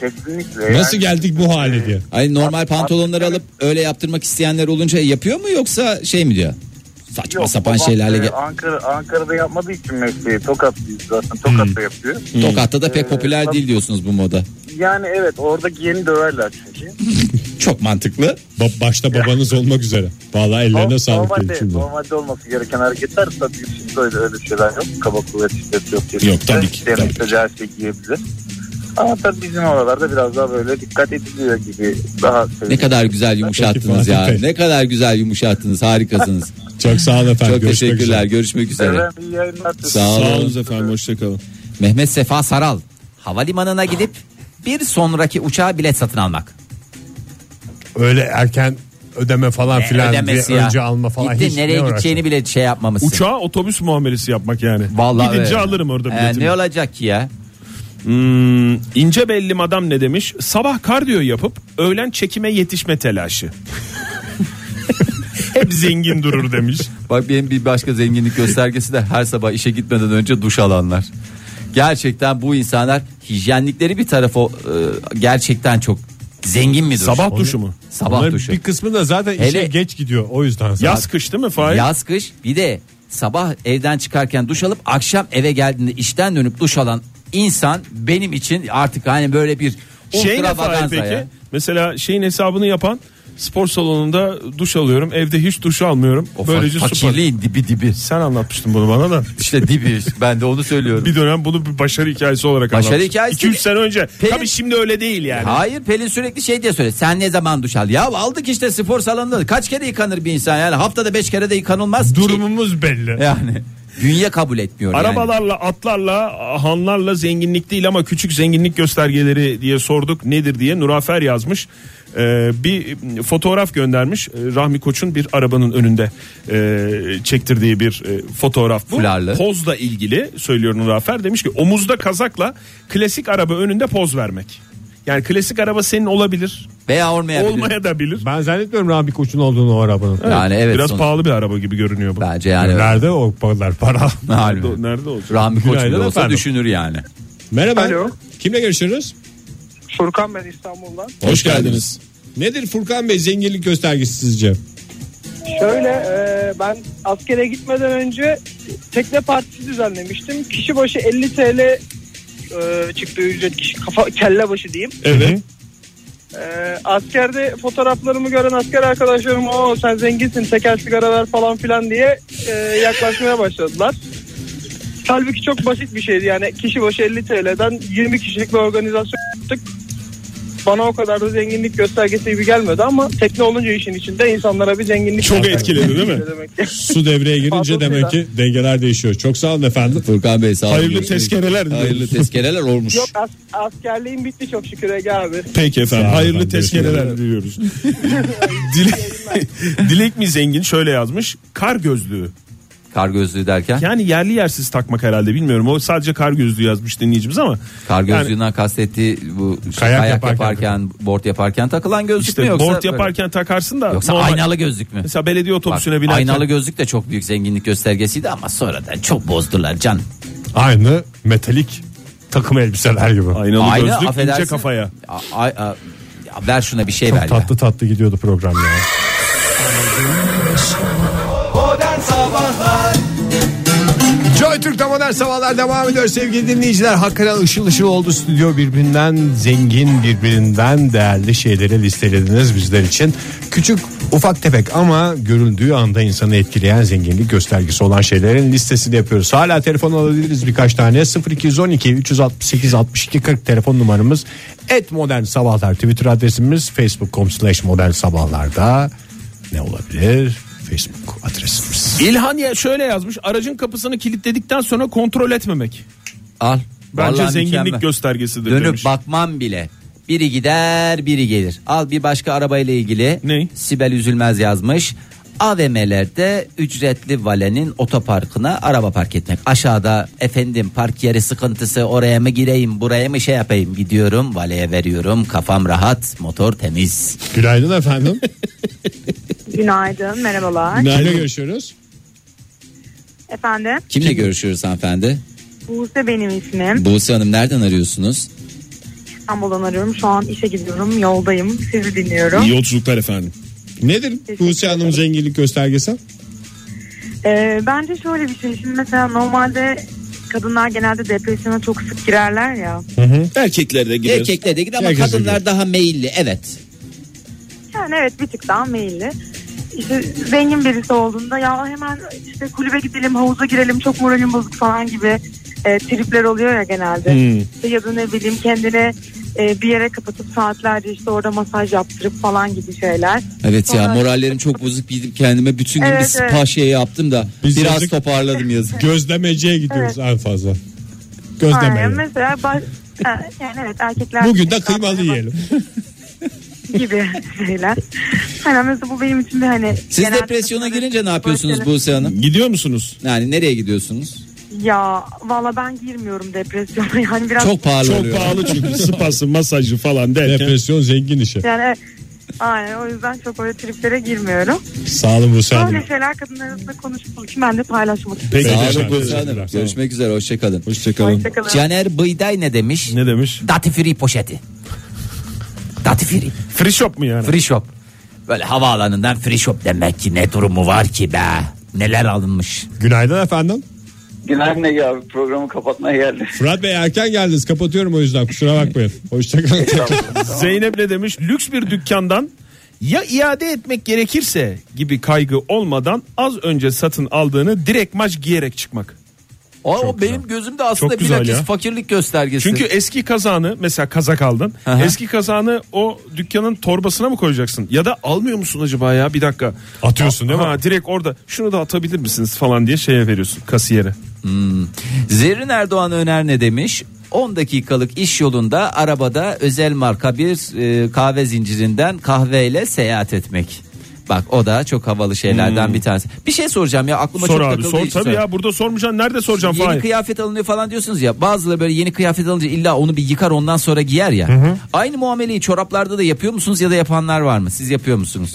Speaker 5: kesinlikle
Speaker 7: Nasıl
Speaker 5: yani.
Speaker 7: geldik bu hale diye.
Speaker 3: Ay normal pantolonları alıp öyle yaptırmak isteyenler olunca e, yapıyor mu yoksa şey mi diyor? Saçma
Speaker 5: Yok,
Speaker 3: sapan
Speaker 5: babam,
Speaker 3: şeylerle
Speaker 5: e,
Speaker 3: gel-
Speaker 5: Ankara, Ankara'da yapmadığı için mesleği Tokat'tayız zaten
Speaker 7: Hmm.
Speaker 5: Tokat'ta yapıyor.
Speaker 3: Tokat'ta da pek
Speaker 5: Ee,
Speaker 3: popüler
Speaker 5: tabii.
Speaker 3: değil diyorsunuz bu moda.
Speaker 5: Yani evet oradaki yeni döverler çünkü.
Speaker 3: Çok mantıklı.
Speaker 7: Ba- başta babanız olmak üzere. Vallahi ellerine
Speaker 5: Norm-
Speaker 7: sağlık
Speaker 5: normalde,
Speaker 7: diyelim şimdi.
Speaker 5: normalde olması gereken hareketler tabii şimdi öyle, öyle şeyler yok. Kaba kuvvet şiddet yok. Yok
Speaker 7: tabii ki, tabii ki.
Speaker 5: her şey giyebilir. Ama tabii bizim oralarda biraz daha böyle dikkat ediliyor gibi. Daha
Speaker 3: Ne kadar güzel yumuşattınız
Speaker 7: Fatih
Speaker 3: ya.
Speaker 7: Bey.
Speaker 3: Ne kadar güzel yumuşattınız. Harikasınız.
Speaker 7: Çok sağ olun efendim.
Speaker 3: Çok
Speaker 7: Görüşmek üzere.
Speaker 3: teşekkürler. Görüşmek üzere.
Speaker 5: Evet, iyi yayınlar.
Speaker 3: Sağ olun.
Speaker 4: Sağ olun efendim hoşçakalın.
Speaker 3: Mehmet Sefa Saral havalimanına gidip bir sonraki uçağa bilet satın almak.
Speaker 2: Öyle erken ödeme falan filan
Speaker 3: Ödemesi
Speaker 2: diye
Speaker 3: ya.
Speaker 2: önce alma falan
Speaker 3: Gitti
Speaker 2: hiç ne
Speaker 3: nereye
Speaker 2: uğraşma.
Speaker 3: gideceğini bile şey yapmamışsın.
Speaker 4: Uçağa otobüs muamelesi yapmak yani.
Speaker 3: Vallahi
Speaker 4: Gidince
Speaker 3: öyle.
Speaker 4: alırım orada
Speaker 3: Ee,
Speaker 4: biletimi.
Speaker 3: ne olacak ki ya?
Speaker 4: Hmm, ince belli adam ne demiş? Sabah kardiyo yapıp öğlen çekime yetişme telaşı. Hep zengin durur demiş.
Speaker 3: Bak benim bir başka zenginlik göstergesi de her sabah işe gitmeden önce duş alanlar. Gerçekten bu insanlar hijyenlikleri bir tarafa e, gerçekten çok zengin midir?
Speaker 4: Sabah duşu mu?
Speaker 3: Sabah
Speaker 7: Bunların
Speaker 3: duşu.
Speaker 7: Bir kısmı da zaten işe
Speaker 3: Hele-
Speaker 7: geç gidiyor o yüzden. zaten.
Speaker 4: Yaz kış değil mi Fahir?
Speaker 3: Yaz kış bir de sabah evden çıkarken duş alıp akşam eve geldiğinde işten dönüp duş alan insan benim için artık hani böyle bir
Speaker 4: Şey ne Fahir
Speaker 3: ultravaganza
Speaker 4: peki?
Speaker 3: ya.
Speaker 4: Mesela şeyin hesabını yapan spor salonunda duş alıyorum. Evde hiç duş almıyorum.
Speaker 3: O
Speaker 4: Böylece
Speaker 3: fa-
Speaker 4: süper.
Speaker 3: fakirliğin dibi dibi.
Speaker 4: Sen anlatmıştın bunu bana da.
Speaker 3: İşte dibi ben de onu söylüyorum.
Speaker 4: Bir dönem bunu bir başarı hikayesi olarak
Speaker 3: Başarı
Speaker 4: anlatmıştın.
Speaker 3: hikayesi
Speaker 4: 2-3
Speaker 3: mi?
Speaker 4: sene önce.
Speaker 3: Pelin-
Speaker 4: Tabii şimdi öyle değil yani.
Speaker 3: Hayır Pelin sürekli şey diye söylüyor. Sen ne zaman duş al? Ya aldık işte spor salonunda. Kaç kere yıkanır bir insan yani? Haftada beş kere de yıkanılmaz ki.
Speaker 7: Durumumuz belli.
Speaker 3: Yani dünya kabul etmiyor yani.
Speaker 4: Arabalarla, atlarla, hanlarla zenginlik değil ama küçük zenginlik göstergeleri diye sorduk. Nedir diye Nurafer yazmış. Ee, bir fotoğraf göndermiş. Ee, Rahmi Koç'un bir arabanın önünde e, çektirdiği bir e, fotoğraf bu.
Speaker 3: Fularlı.
Speaker 4: Pozla ilgili söylüyor Nurafer. Demiş ki omuzda kazakla klasik araba önünde poz vermek. Yani klasik araba senin olabilir,
Speaker 3: Veya olmayabilir.
Speaker 4: olmaya da bilir.
Speaker 7: Ben zannetmiyorum Rami Koç'un olduğunu o arabanın.
Speaker 3: Yani evet.
Speaker 4: Biraz
Speaker 3: son-
Speaker 4: pahalı bir araba gibi görünüyor bu.
Speaker 3: Bence yani.
Speaker 7: Nerede o paralar para?
Speaker 3: Harbi.
Speaker 4: Nerede, nerede olacak?
Speaker 3: Rahmi Koç bile
Speaker 7: Günaydın
Speaker 3: olsa
Speaker 7: efendim.
Speaker 3: düşünür yani.
Speaker 7: Merhaba.
Speaker 9: Alo.
Speaker 7: Kimle görüşürüz?
Speaker 9: Furkan ben İstanbul'dan.
Speaker 7: Hoş, geldiniz. Nedir Furkan Bey zenginlik göstergesi sizce?
Speaker 9: Şöyle e, ben askere gitmeden önce tekne partisi düzenlemiştim. Kişi başı 50 TL e, çıktı ücret kişi kafa kelle başı diyeyim.
Speaker 4: Evet.
Speaker 9: E, askerde fotoğraflarımı gören asker arkadaşlarım o sen zenginsin tekel sigara ver falan filan diye e, yaklaşmaya başladılar. Halbuki çok basit bir şeydi yani kişi başı 50 TL'den 20 kişilik bir organizasyon yaptık. Bana o kadar da zenginlik göstergesi gibi gelmedi ama tekne olunca işin içinde insanlara bir zenginlik
Speaker 4: Çok
Speaker 9: göstergesi
Speaker 4: etkiledi değil mi?
Speaker 9: demek ki.
Speaker 7: Su devreye girince
Speaker 9: Fazla
Speaker 7: demek ki dengeler değişiyor. Çok sağ olun efendim.
Speaker 3: Furkan Bey sağ olun.
Speaker 4: Hayırlı tezkereler diliyorum.
Speaker 3: Hayırlı tezkereler olmuş.
Speaker 9: Yok as- askerliğim bitti çok şükür Ege abi.
Speaker 4: Peki efendim.
Speaker 7: Sağ olun
Speaker 4: Hayırlı
Speaker 7: efendim,
Speaker 4: tezkereler diliyoruz. Dilek, Dilek mi zengin şöyle yazmış. Kar gözlüğü.
Speaker 3: Kar gözlüğü derken.
Speaker 4: Yani yerli yersiz takmak herhalde bilmiyorum. O sadece kar gözlüğü yazmış dinleyicimiz ama.
Speaker 3: Kar
Speaker 4: yani
Speaker 3: gözlüğünden kastettiği bu şey, kayak,
Speaker 7: Kayak
Speaker 3: yaparken,
Speaker 7: yaparken.
Speaker 3: board yaparken takılan gözlük
Speaker 4: işte
Speaker 3: mü yoksa?
Speaker 4: board
Speaker 3: böyle-
Speaker 4: yaparken takarsın da.
Speaker 3: Yoksa
Speaker 4: normal-
Speaker 3: aynalı gözlük mü?
Speaker 4: Mesela belediye otobüsüne
Speaker 3: Bak,
Speaker 4: binerken.
Speaker 3: Aynalı gözlük de çok büyük zenginlik göstergesiydi ama sonradan çok bozdular can.
Speaker 7: Aynı metalik takım elbiseler gibi.
Speaker 4: Aynalı
Speaker 3: Ayna,
Speaker 4: gözlük
Speaker 3: affedersin.
Speaker 4: ince kafaya.
Speaker 3: A- ay- a- ya ver şuna bir şey ver ya.
Speaker 7: Tatlı tatlı gidiyordu program ya.
Speaker 2: Joy Türk'te modern sabahlar devam ediyor sevgili dinleyiciler. Hakikaten ışıl ışıl oldu stüdyo birbirinden zengin birbirinden değerli şeyleri listelediniz bizler için. Küçük ufak tefek ama görüldüğü anda insanı etkileyen zenginlik göstergesi olan şeylerin listesini yapıyoruz. Hala telefon alabiliriz birkaç tane 0212 368 62 40 telefon numaramız et modern sabahlar twitter adresimiz facebook.com slash modern sabahlarda ne olabilir facebook adresimiz.
Speaker 4: İlhan ya şöyle yazmış. Aracın kapısını kilitledikten sonra kontrol etmemek.
Speaker 3: Al.
Speaker 4: Bence
Speaker 3: Vallahi
Speaker 4: zenginlik
Speaker 3: mükemmel.
Speaker 4: göstergesidir
Speaker 3: Dönüp
Speaker 4: demiş.
Speaker 3: bakmam bile. Biri gider biri gelir. Al bir başka arabayla ilgili.
Speaker 4: Ney?
Speaker 3: Sibel Üzülmez yazmış. AVM'lerde ücretli valenin otoparkına araba park etmek. Aşağıda efendim park yeri sıkıntısı oraya mı gireyim buraya mı şey yapayım gidiyorum valeye veriyorum kafam rahat motor temiz.
Speaker 7: Günaydın efendim.
Speaker 8: Günaydın, merhabalar.
Speaker 7: Kimle görüşüyoruz?
Speaker 8: Efendim,
Speaker 3: Kimle görüşüyoruz hanımefendi?
Speaker 8: Buse benim ismim.
Speaker 3: Buse Hanım nereden arıyorsunuz?
Speaker 8: İstanbul'dan arıyorum. Şu an işe gidiyorum, yoldayım. Sizi dinliyorum.
Speaker 4: İyi yolculuklar efendim.
Speaker 7: Nedir Buse Hanım zenginlik göstergesi?
Speaker 8: Ee, bence şöyle bir şey. Şimdi mesela normalde kadınlar genelde depresyona çok sık girerler ya.
Speaker 4: Erkekler de girer.
Speaker 3: Erkekler de gidiyor ama
Speaker 7: Herkes de
Speaker 3: kadınlar daha meyilli evet.
Speaker 8: Yani evet bir tık daha meyilli. İşte zengin birisi olduğunda ya hemen işte kulübe gidelim, havuza girelim, çok moralim bozuk falan gibi e, tripler oluyor ya genelde.
Speaker 3: Hmm.
Speaker 8: İşte Ya da ne bileyim kendine e, bir yere kapatıp saatlerce işte orada masaj yaptırıp falan gibi şeyler.
Speaker 3: Evet ya
Speaker 8: Sonra-
Speaker 3: morallerim çok bozuk gidip kendime bütün gün bir
Speaker 8: Evet,
Speaker 3: spa
Speaker 8: evet.
Speaker 3: şeyi yaptım da
Speaker 7: Biz
Speaker 3: biraz
Speaker 7: yazık-
Speaker 3: toparladım yazık.
Speaker 7: Gözlemeciye gidiyoruz en fazla.
Speaker 8: Aynen
Speaker 7: Gözlemeye.
Speaker 8: mesela baş, Ha, yani evet erkekler
Speaker 7: Bugün de kıymalı yiyelim.
Speaker 8: gibi şeyler. Hani mesela bu benim için de hani
Speaker 3: Siz
Speaker 8: genelde-
Speaker 3: depresyona girince ne yapıyorsunuz
Speaker 8: Böyle-
Speaker 3: Buse Hanım?
Speaker 4: Gidiyor musunuz?
Speaker 3: Yani nereye gidiyorsunuz?
Speaker 8: Ya valla ben girmiyorum depresyona yani biraz
Speaker 3: Çok pahalı oluyor.
Speaker 4: çünkü spası masajı falan
Speaker 7: Depresyon zengin işi.
Speaker 8: yani evet. Aynen o yüzden çok öyle triplere girmiyorum.
Speaker 7: Sağ olun Buse Hanım.
Speaker 8: Böyle şeyler kadınlar arasında konuştuğum için ben de paylaşmak istiyorum.
Speaker 4: Peki
Speaker 3: Sağ
Speaker 4: efendim.
Speaker 3: olun Buse Hanım.
Speaker 7: Teşekkürler.
Speaker 3: Görüşmek üzere hoşçakalın.
Speaker 7: Hoşçakalın.
Speaker 8: Hoşçakalın.
Speaker 3: Caner Bıyday ne demiş?
Speaker 4: Ne demiş?
Speaker 3: Dati Free poşeti. Dati Free.
Speaker 4: Free shop mu yani?
Speaker 3: Free shop. Böyle havaalanından free shop demek ki ne durumu var ki be. Neler alınmış.
Speaker 7: Günaydın efendim.
Speaker 1: Günaydın Ege abi programı kapatmaya geldi.
Speaker 7: Fırat Bey erken geldiniz. Kapatıyorum o yüzden kusura bakmayın. Hoşçakalın.
Speaker 4: Zeynep ne demiş? Lüks bir dükkandan ya iade etmek gerekirse gibi kaygı olmadan az önce satın aldığını direkt maç giyerek çıkmak.
Speaker 3: O, o benim gözümde aslında
Speaker 4: Çok güzel
Speaker 3: bilakis
Speaker 4: ya.
Speaker 3: fakirlik göstergesi.
Speaker 4: Çünkü eski kazanı mesela kazak aldın.
Speaker 3: Aha.
Speaker 4: Eski kazanı o dükkanın torbasına mı koyacaksın? Ya da almıyor musun acaba ya bir dakika.
Speaker 7: Atıyorsun değil mi?
Speaker 4: Ha, direkt orada şunu da atabilir misiniz falan diye şeye veriyorsun kasiyere.
Speaker 3: Zerrin Erdoğan Öner ne demiş? 10 dakikalık iş yolunda arabada özel marka bir e, kahve zincirinden kahveyle seyahat etmek. Bak o da çok havalı şeylerden bir tanesi. Bir şey soracağım ya aklıma
Speaker 4: Hmm. sor
Speaker 3: çok
Speaker 4: abi
Speaker 3: takıldı.
Speaker 4: sor
Speaker 3: hiç
Speaker 4: tabii
Speaker 3: sor.
Speaker 4: ya burada sormayacaksın nerede soracağım
Speaker 3: Yeni
Speaker 4: Fahir?
Speaker 3: kıyafet alınıyor falan diyorsunuz ya bazıları böyle yeni kıyafet alınca illa onu bir yıkar ondan sonra giyer ya. Aynı muameleyi çoraplarda da yapıyor musunuz ya da yapanlar var mı? Siz yapıyor musunuz?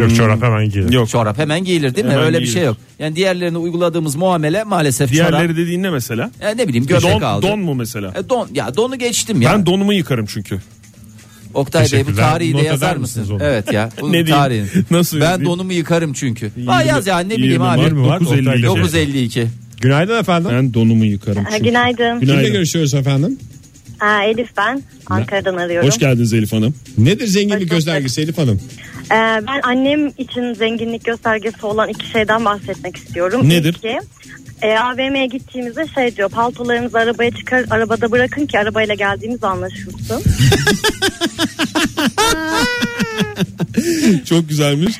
Speaker 7: Yok çorap hemen giyelim.
Speaker 4: Yok.
Speaker 3: Çorap hemen giyilir değil mi?
Speaker 4: Hemen
Speaker 3: Öyle bir
Speaker 4: giyilir.
Speaker 3: şey yok. Yani diğerlerine uyguladığımız muamele maalesef çorap.
Speaker 4: Diğerleri dediğin ne mesela?
Speaker 3: E, ne bileyim göbek
Speaker 4: Don,
Speaker 3: aldı.
Speaker 4: don mu mesela?
Speaker 3: E, don ya donu geçtim ya.
Speaker 4: Ben donumu yıkarım çünkü.
Speaker 3: Oktay Bey bu
Speaker 7: Teşekkürler.
Speaker 3: tarihi de
Speaker 7: Not
Speaker 3: yazar
Speaker 7: eder
Speaker 3: mısınız?
Speaker 7: misiniz onu?
Speaker 3: Evet ya. Bunun
Speaker 4: Ne diyeyim?
Speaker 3: tarihini.
Speaker 4: Nasıl
Speaker 3: Ben
Speaker 4: yazayım?
Speaker 3: donumu yıkarım çünkü. Ha
Speaker 4: Yirmi-
Speaker 3: yaz ya ne bileyim
Speaker 4: yirmi
Speaker 3: abi.
Speaker 4: var mı?
Speaker 7: 9.52.
Speaker 3: 952.
Speaker 7: Günaydın efendim.
Speaker 4: Ben donumu yıkarım
Speaker 10: Ha,
Speaker 4: çünkü.
Speaker 10: Günaydın.
Speaker 7: Kimle
Speaker 4: Günaydın.
Speaker 7: görüşüyoruz efendim?
Speaker 10: Aa, Elif ben. Ankara'dan arıyorum.
Speaker 4: Hoş geldiniz Elif Hanım.
Speaker 7: Nedir
Speaker 10: Hoş
Speaker 7: zenginlik
Speaker 10: bulduk.
Speaker 7: göstergesi Elif Hanım?
Speaker 10: Ee, ben annem için zenginlik göstergesi olan iki şeyden bahsetmek istiyorum.
Speaker 4: Nedir?
Speaker 10: İlki, e, AVM'ye gittiğimizde şey diyor paltolarınızı arabaya çıkar arabada bırakın ki arabayla geldiğimiz anlaşılsın.
Speaker 4: Çok güzelmiş.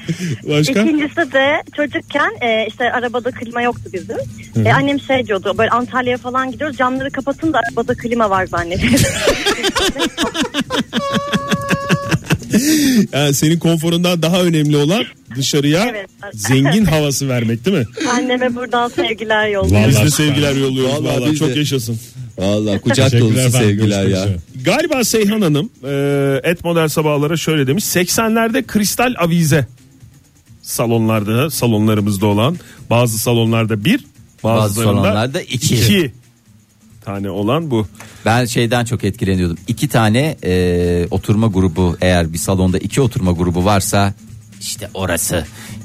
Speaker 4: Başka?
Speaker 10: İkincisi de çocukken e, işte arabada klima yoktu bizim. E, annem şey diyordu böyle Antalya'ya falan gidiyoruz camları kapatın da arabada klima var zannediyorum.
Speaker 4: Yani senin konforundan daha önemli olan dışarıya
Speaker 10: Evet.
Speaker 4: zengin havası vermek değil mi?
Speaker 10: Anneme buradan sevgiler yolluyorum.
Speaker 4: Biz
Speaker 7: Vallahi
Speaker 4: de sevgiler yolluyoruz
Speaker 7: Vallahi
Speaker 4: valla
Speaker 7: biz de.
Speaker 4: çok yaşasın.
Speaker 7: Valla
Speaker 3: kucak dolusu sevgiler ya.
Speaker 4: Galiba Seyhan Hanım e, et model sabahlara şöyle demiş. 80'lerde kristal avize salonlarda salonlarımızda olan bazı salonlarda bir
Speaker 3: Bazı
Speaker 4: bazılarında
Speaker 3: salonlarda iki.
Speaker 4: iki tane olan bu.
Speaker 3: Ben şeyden çok etkileniyordum. İki tane e, oturma grubu eğer bir salonda iki oturma grubu varsa işte orası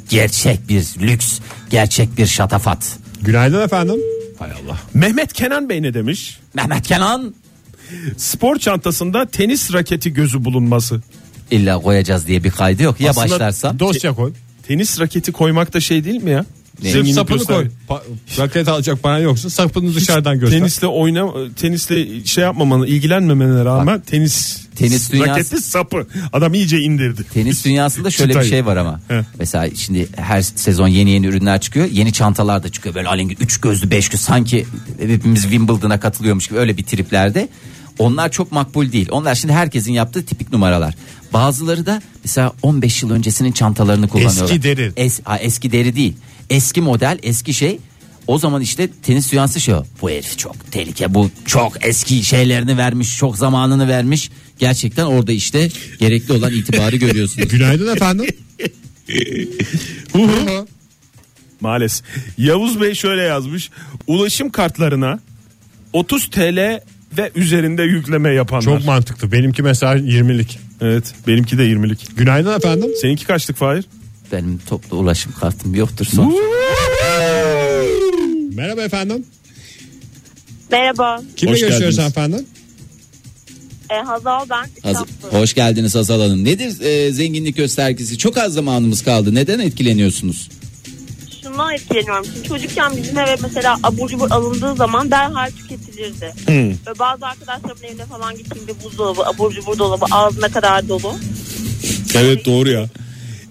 Speaker 3: gerçek bir lüks, gerçek bir şatafat.
Speaker 2: Günaydın efendim.
Speaker 4: Mehmet Kenan Bey ne demiş?
Speaker 3: Mehmet Kenan
Speaker 4: Spor çantasında tenis raketi gözü bulunması.
Speaker 3: illa koyacağız diye bir kaydı yok. Ya
Speaker 4: Aslında
Speaker 3: başlarsa
Speaker 7: Şey-
Speaker 2: Dosya koy.
Speaker 4: Tenis raketi koymak da şey değil mi ya?
Speaker 3: Ne?
Speaker 4: Zenginlik
Speaker 7: Sapını
Speaker 4: göster-
Speaker 7: koy. Pa- raket alacak paran yoksa sapını dışarıdan göster.
Speaker 4: Tenisle oyna tenisle şey yapmamanı ilgilenmemene rağmen tenis
Speaker 3: tenis dünyası-
Speaker 4: raketli sapı adam iyice indirdi.
Speaker 3: Tenis dünyasında şöyle bir
Speaker 4: Çıtayı.
Speaker 3: şey var ama.
Speaker 4: He.
Speaker 3: Mesela şimdi her sezon yeni yeni ürünler çıkıyor. Yeni çantalar da çıkıyor. Böyle alengir üç gözlü beş gözlü sanki hepimiz Wimbledon'a katılıyormuş gibi öyle bir triplerde. Onlar çok makbul değil. Onlar şimdi herkesin yaptığı tipik numaralar. Bazıları da mesela 15 yıl öncesinin çantalarını kullanıyorlar.
Speaker 2: Eski deri.
Speaker 3: Es, ha, eski deri değil. Eski model, eski şey. O zaman işte tenis dünyası şey o. Bu herif çok tehlike. Bu çok eski şeylerini vermiş. Çok zamanını vermiş. Gerçekten orada işte gerekli olan itibarı görüyorsunuz.
Speaker 2: Günaydın efendim.
Speaker 4: Maalesef. Yavuz Bey şöyle yazmış. Ulaşım kartlarına 30 TL ve üzerinde yükleme yapanlar.
Speaker 2: Çok mantıklı. Benimki mesela 20'lik.
Speaker 4: evet benimki de 20'lik.
Speaker 2: Günaydın efendim.
Speaker 4: Seninki kaçlık Fahir?
Speaker 3: Benim toplu ulaşım kartım yoktur son.
Speaker 2: Merhaba efendim.
Speaker 10: Merhaba.
Speaker 2: Kimle
Speaker 4: Hoş
Speaker 2: görüşüyoruz
Speaker 4: geldiniz.
Speaker 2: efendim?
Speaker 10: E, Hazal ben.
Speaker 3: Haz-
Speaker 10: İstanbul.
Speaker 3: Hoş geldiniz Hazal Hanım. Nedir e, zenginlik göstergesi? Çok az zamanımız kaldı. Neden etkileniyorsunuz?
Speaker 10: Şundan etkileniyorum. Çünkü çocukken bizim eve mesela abur cubur alındığı zaman derhal tüketilirdi. Ve bazı arkadaşlarımın evine falan gittiğimde buzdolabı, abur cubur dolabı ağzına kadar dolu.
Speaker 4: Evet doğru ya.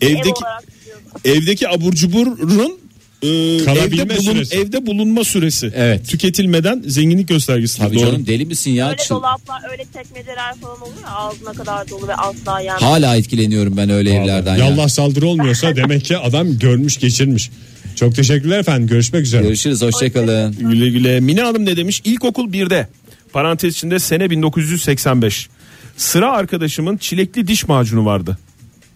Speaker 10: Ev
Speaker 4: Evdeki
Speaker 10: olarak biliyorum.
Speaker 4: evdeki abur cuburun e, evde,
Speaker 2: Kalabilme
Speaker 4: bulun-
Speaker 2: süresi.
Speaker 4: evde bulunma süresi.
Speaker 3: Evet.
Speaker 4: Tüketilmeden zenginlik göstergesi.
Speaker 3: Tabii canım deli misin ya?
Speaker 10: Öyle
Speaker 3: Çıl-
Speaker 10: dolaplar, öyle tekmeceler falan oluyor ya, ağzına kadar dolu ve asla yenmez.
Speaker 3: Hala etkileniyorum ben öyle evlerden ya.
Speaker 2: Yallah saldırı olmuyorsa demek ki adam görmüş geçirmiş. Çok teşekkürler efendim. Görüşmek üzere.
Speaker 3: Görüşürüz hoşçakalın.
Speaker 4: Güle güle. Mine Hanım ne demiş? İlkokul 1'de. Parantez içinde sene 1985. Sıra arkadaşımın çilekli diş macunu vardı.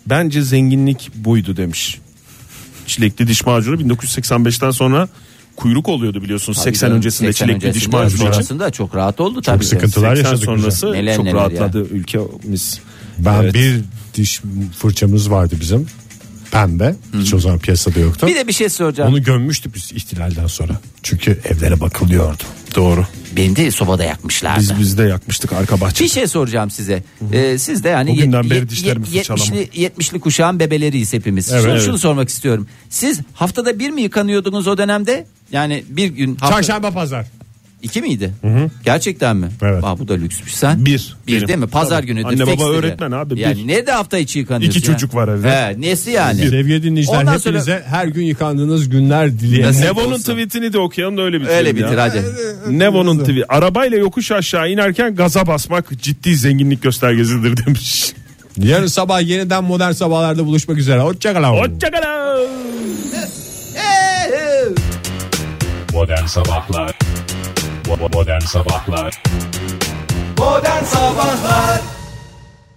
Speaker 4: Bence zenginlik buydu demiş. Çilekli diş macunu 1985'ten sonra kuyruk oluyordu biliyorsunuz. 80 öncesinde
Speaker 3: 80
Speaker 4: çilekli diş
Speaker 3: öncesinde,
Speaker 4: macunu için.
Speaker 3: sonrasında çok rahat oldu tabii. ki.
Speaker 2: sıkıntılar
Speaker 4: 80
Speaker 2: yaşadık biz.
Speaker 4: sonrası
Speaker 3: Neler
Speaker 4: çok
Speaker 3: neler
Speaker 4: rahatladı ülkemiz.
Speaker 2: Ben
Speaker 4: Evet.
Speaker 2: bir diş fırçamız vardı bizim. Pembe. Hiç o zaman piyasada yoktu.
Speaker 3: Bir de bir şey soracağım.
Speaker 2: Onu gömmüştük biz ihtilalden sonra. Çünkü evlere bakılıyordu.
Speaker 4: Doğru.
Speaker 3: Beni de sobada yakmışlardı.
Speaker 4: Biz biz de yakmıştık arka bahçe.
Speaker 3: Bir şey soracağım size. Ee, siz de yani
Speaker 4: Bugünden
Speaker 3: yet-
Speaker 4: beri
Speaker 3: yet-
Speaker 4: dişlerimizi
Speaker 3: yet-
Speaker 4: çalalım.
Speaker 3: 70'li, 70'li kuşağın bebeleriyiz hepimiz.
Speaker 4: Evet,
Speaker 3: Şunu,
Speaker 4: evet.
Speaker 3: şunu sormak istiyorum. Siz haftada bir mi yıkanıyordunuz o dönemde? Yani bir gün hafta
Speaker 2: Çarşamba pazar.
Speaker 3: iki miydi? Gerçekten mi?
Speaker 2: Evet.
Speaker 3: Aa, bu da lüksmüş sen.
Speaker 4: Bir.
Speaker 3: Bir
Speaker 4: Benim.
Speaker 3: değil mi? Pazar
Speaker 4: Tabii.
Speaker 3: günü. de
Speaker 4: Anne, baba,
Speaker 3: fixleri.
Speaker 4: öğretmen abi, bir.
Speaker 3: Yani ne de hafta içi yıkanıyorsun?
Speaker 4: İki
Speaker 3: ya?
Speaker 4: çocuk var evde.
Speaker 3: He, nesi yani?
Speaker 2: Sevgili dinleyiciler
Speaker 3: Ondan sonra-
Speaker 2: hepinize her gün yıkandığınız günler dileyelim.
Speaker 3: Nasip
Speaker 4: Nevo'nun
Speaker 3: olsun.
Speaker 4: tweetini de okuyalım da öyle bitirelim
Speaker 3: Öyle
Speaker 4: ya.
Speaker 3: bitir hadi.
Speaker 4: Nevo'nun tweet. Arabayla yokuş aşağı inerken gaza basmak ciddi zenginlik göstergesidir demiş.
Speaker 2: Yarın sabah yeniden modern sabahlarda buluşmak üzere. Hoşçakalın.
Speaker 4: Hoşçakalın.
Speaker 7: Modern Sabahlar Modern Sabahlar
Speaker 11: Modern Sabahlar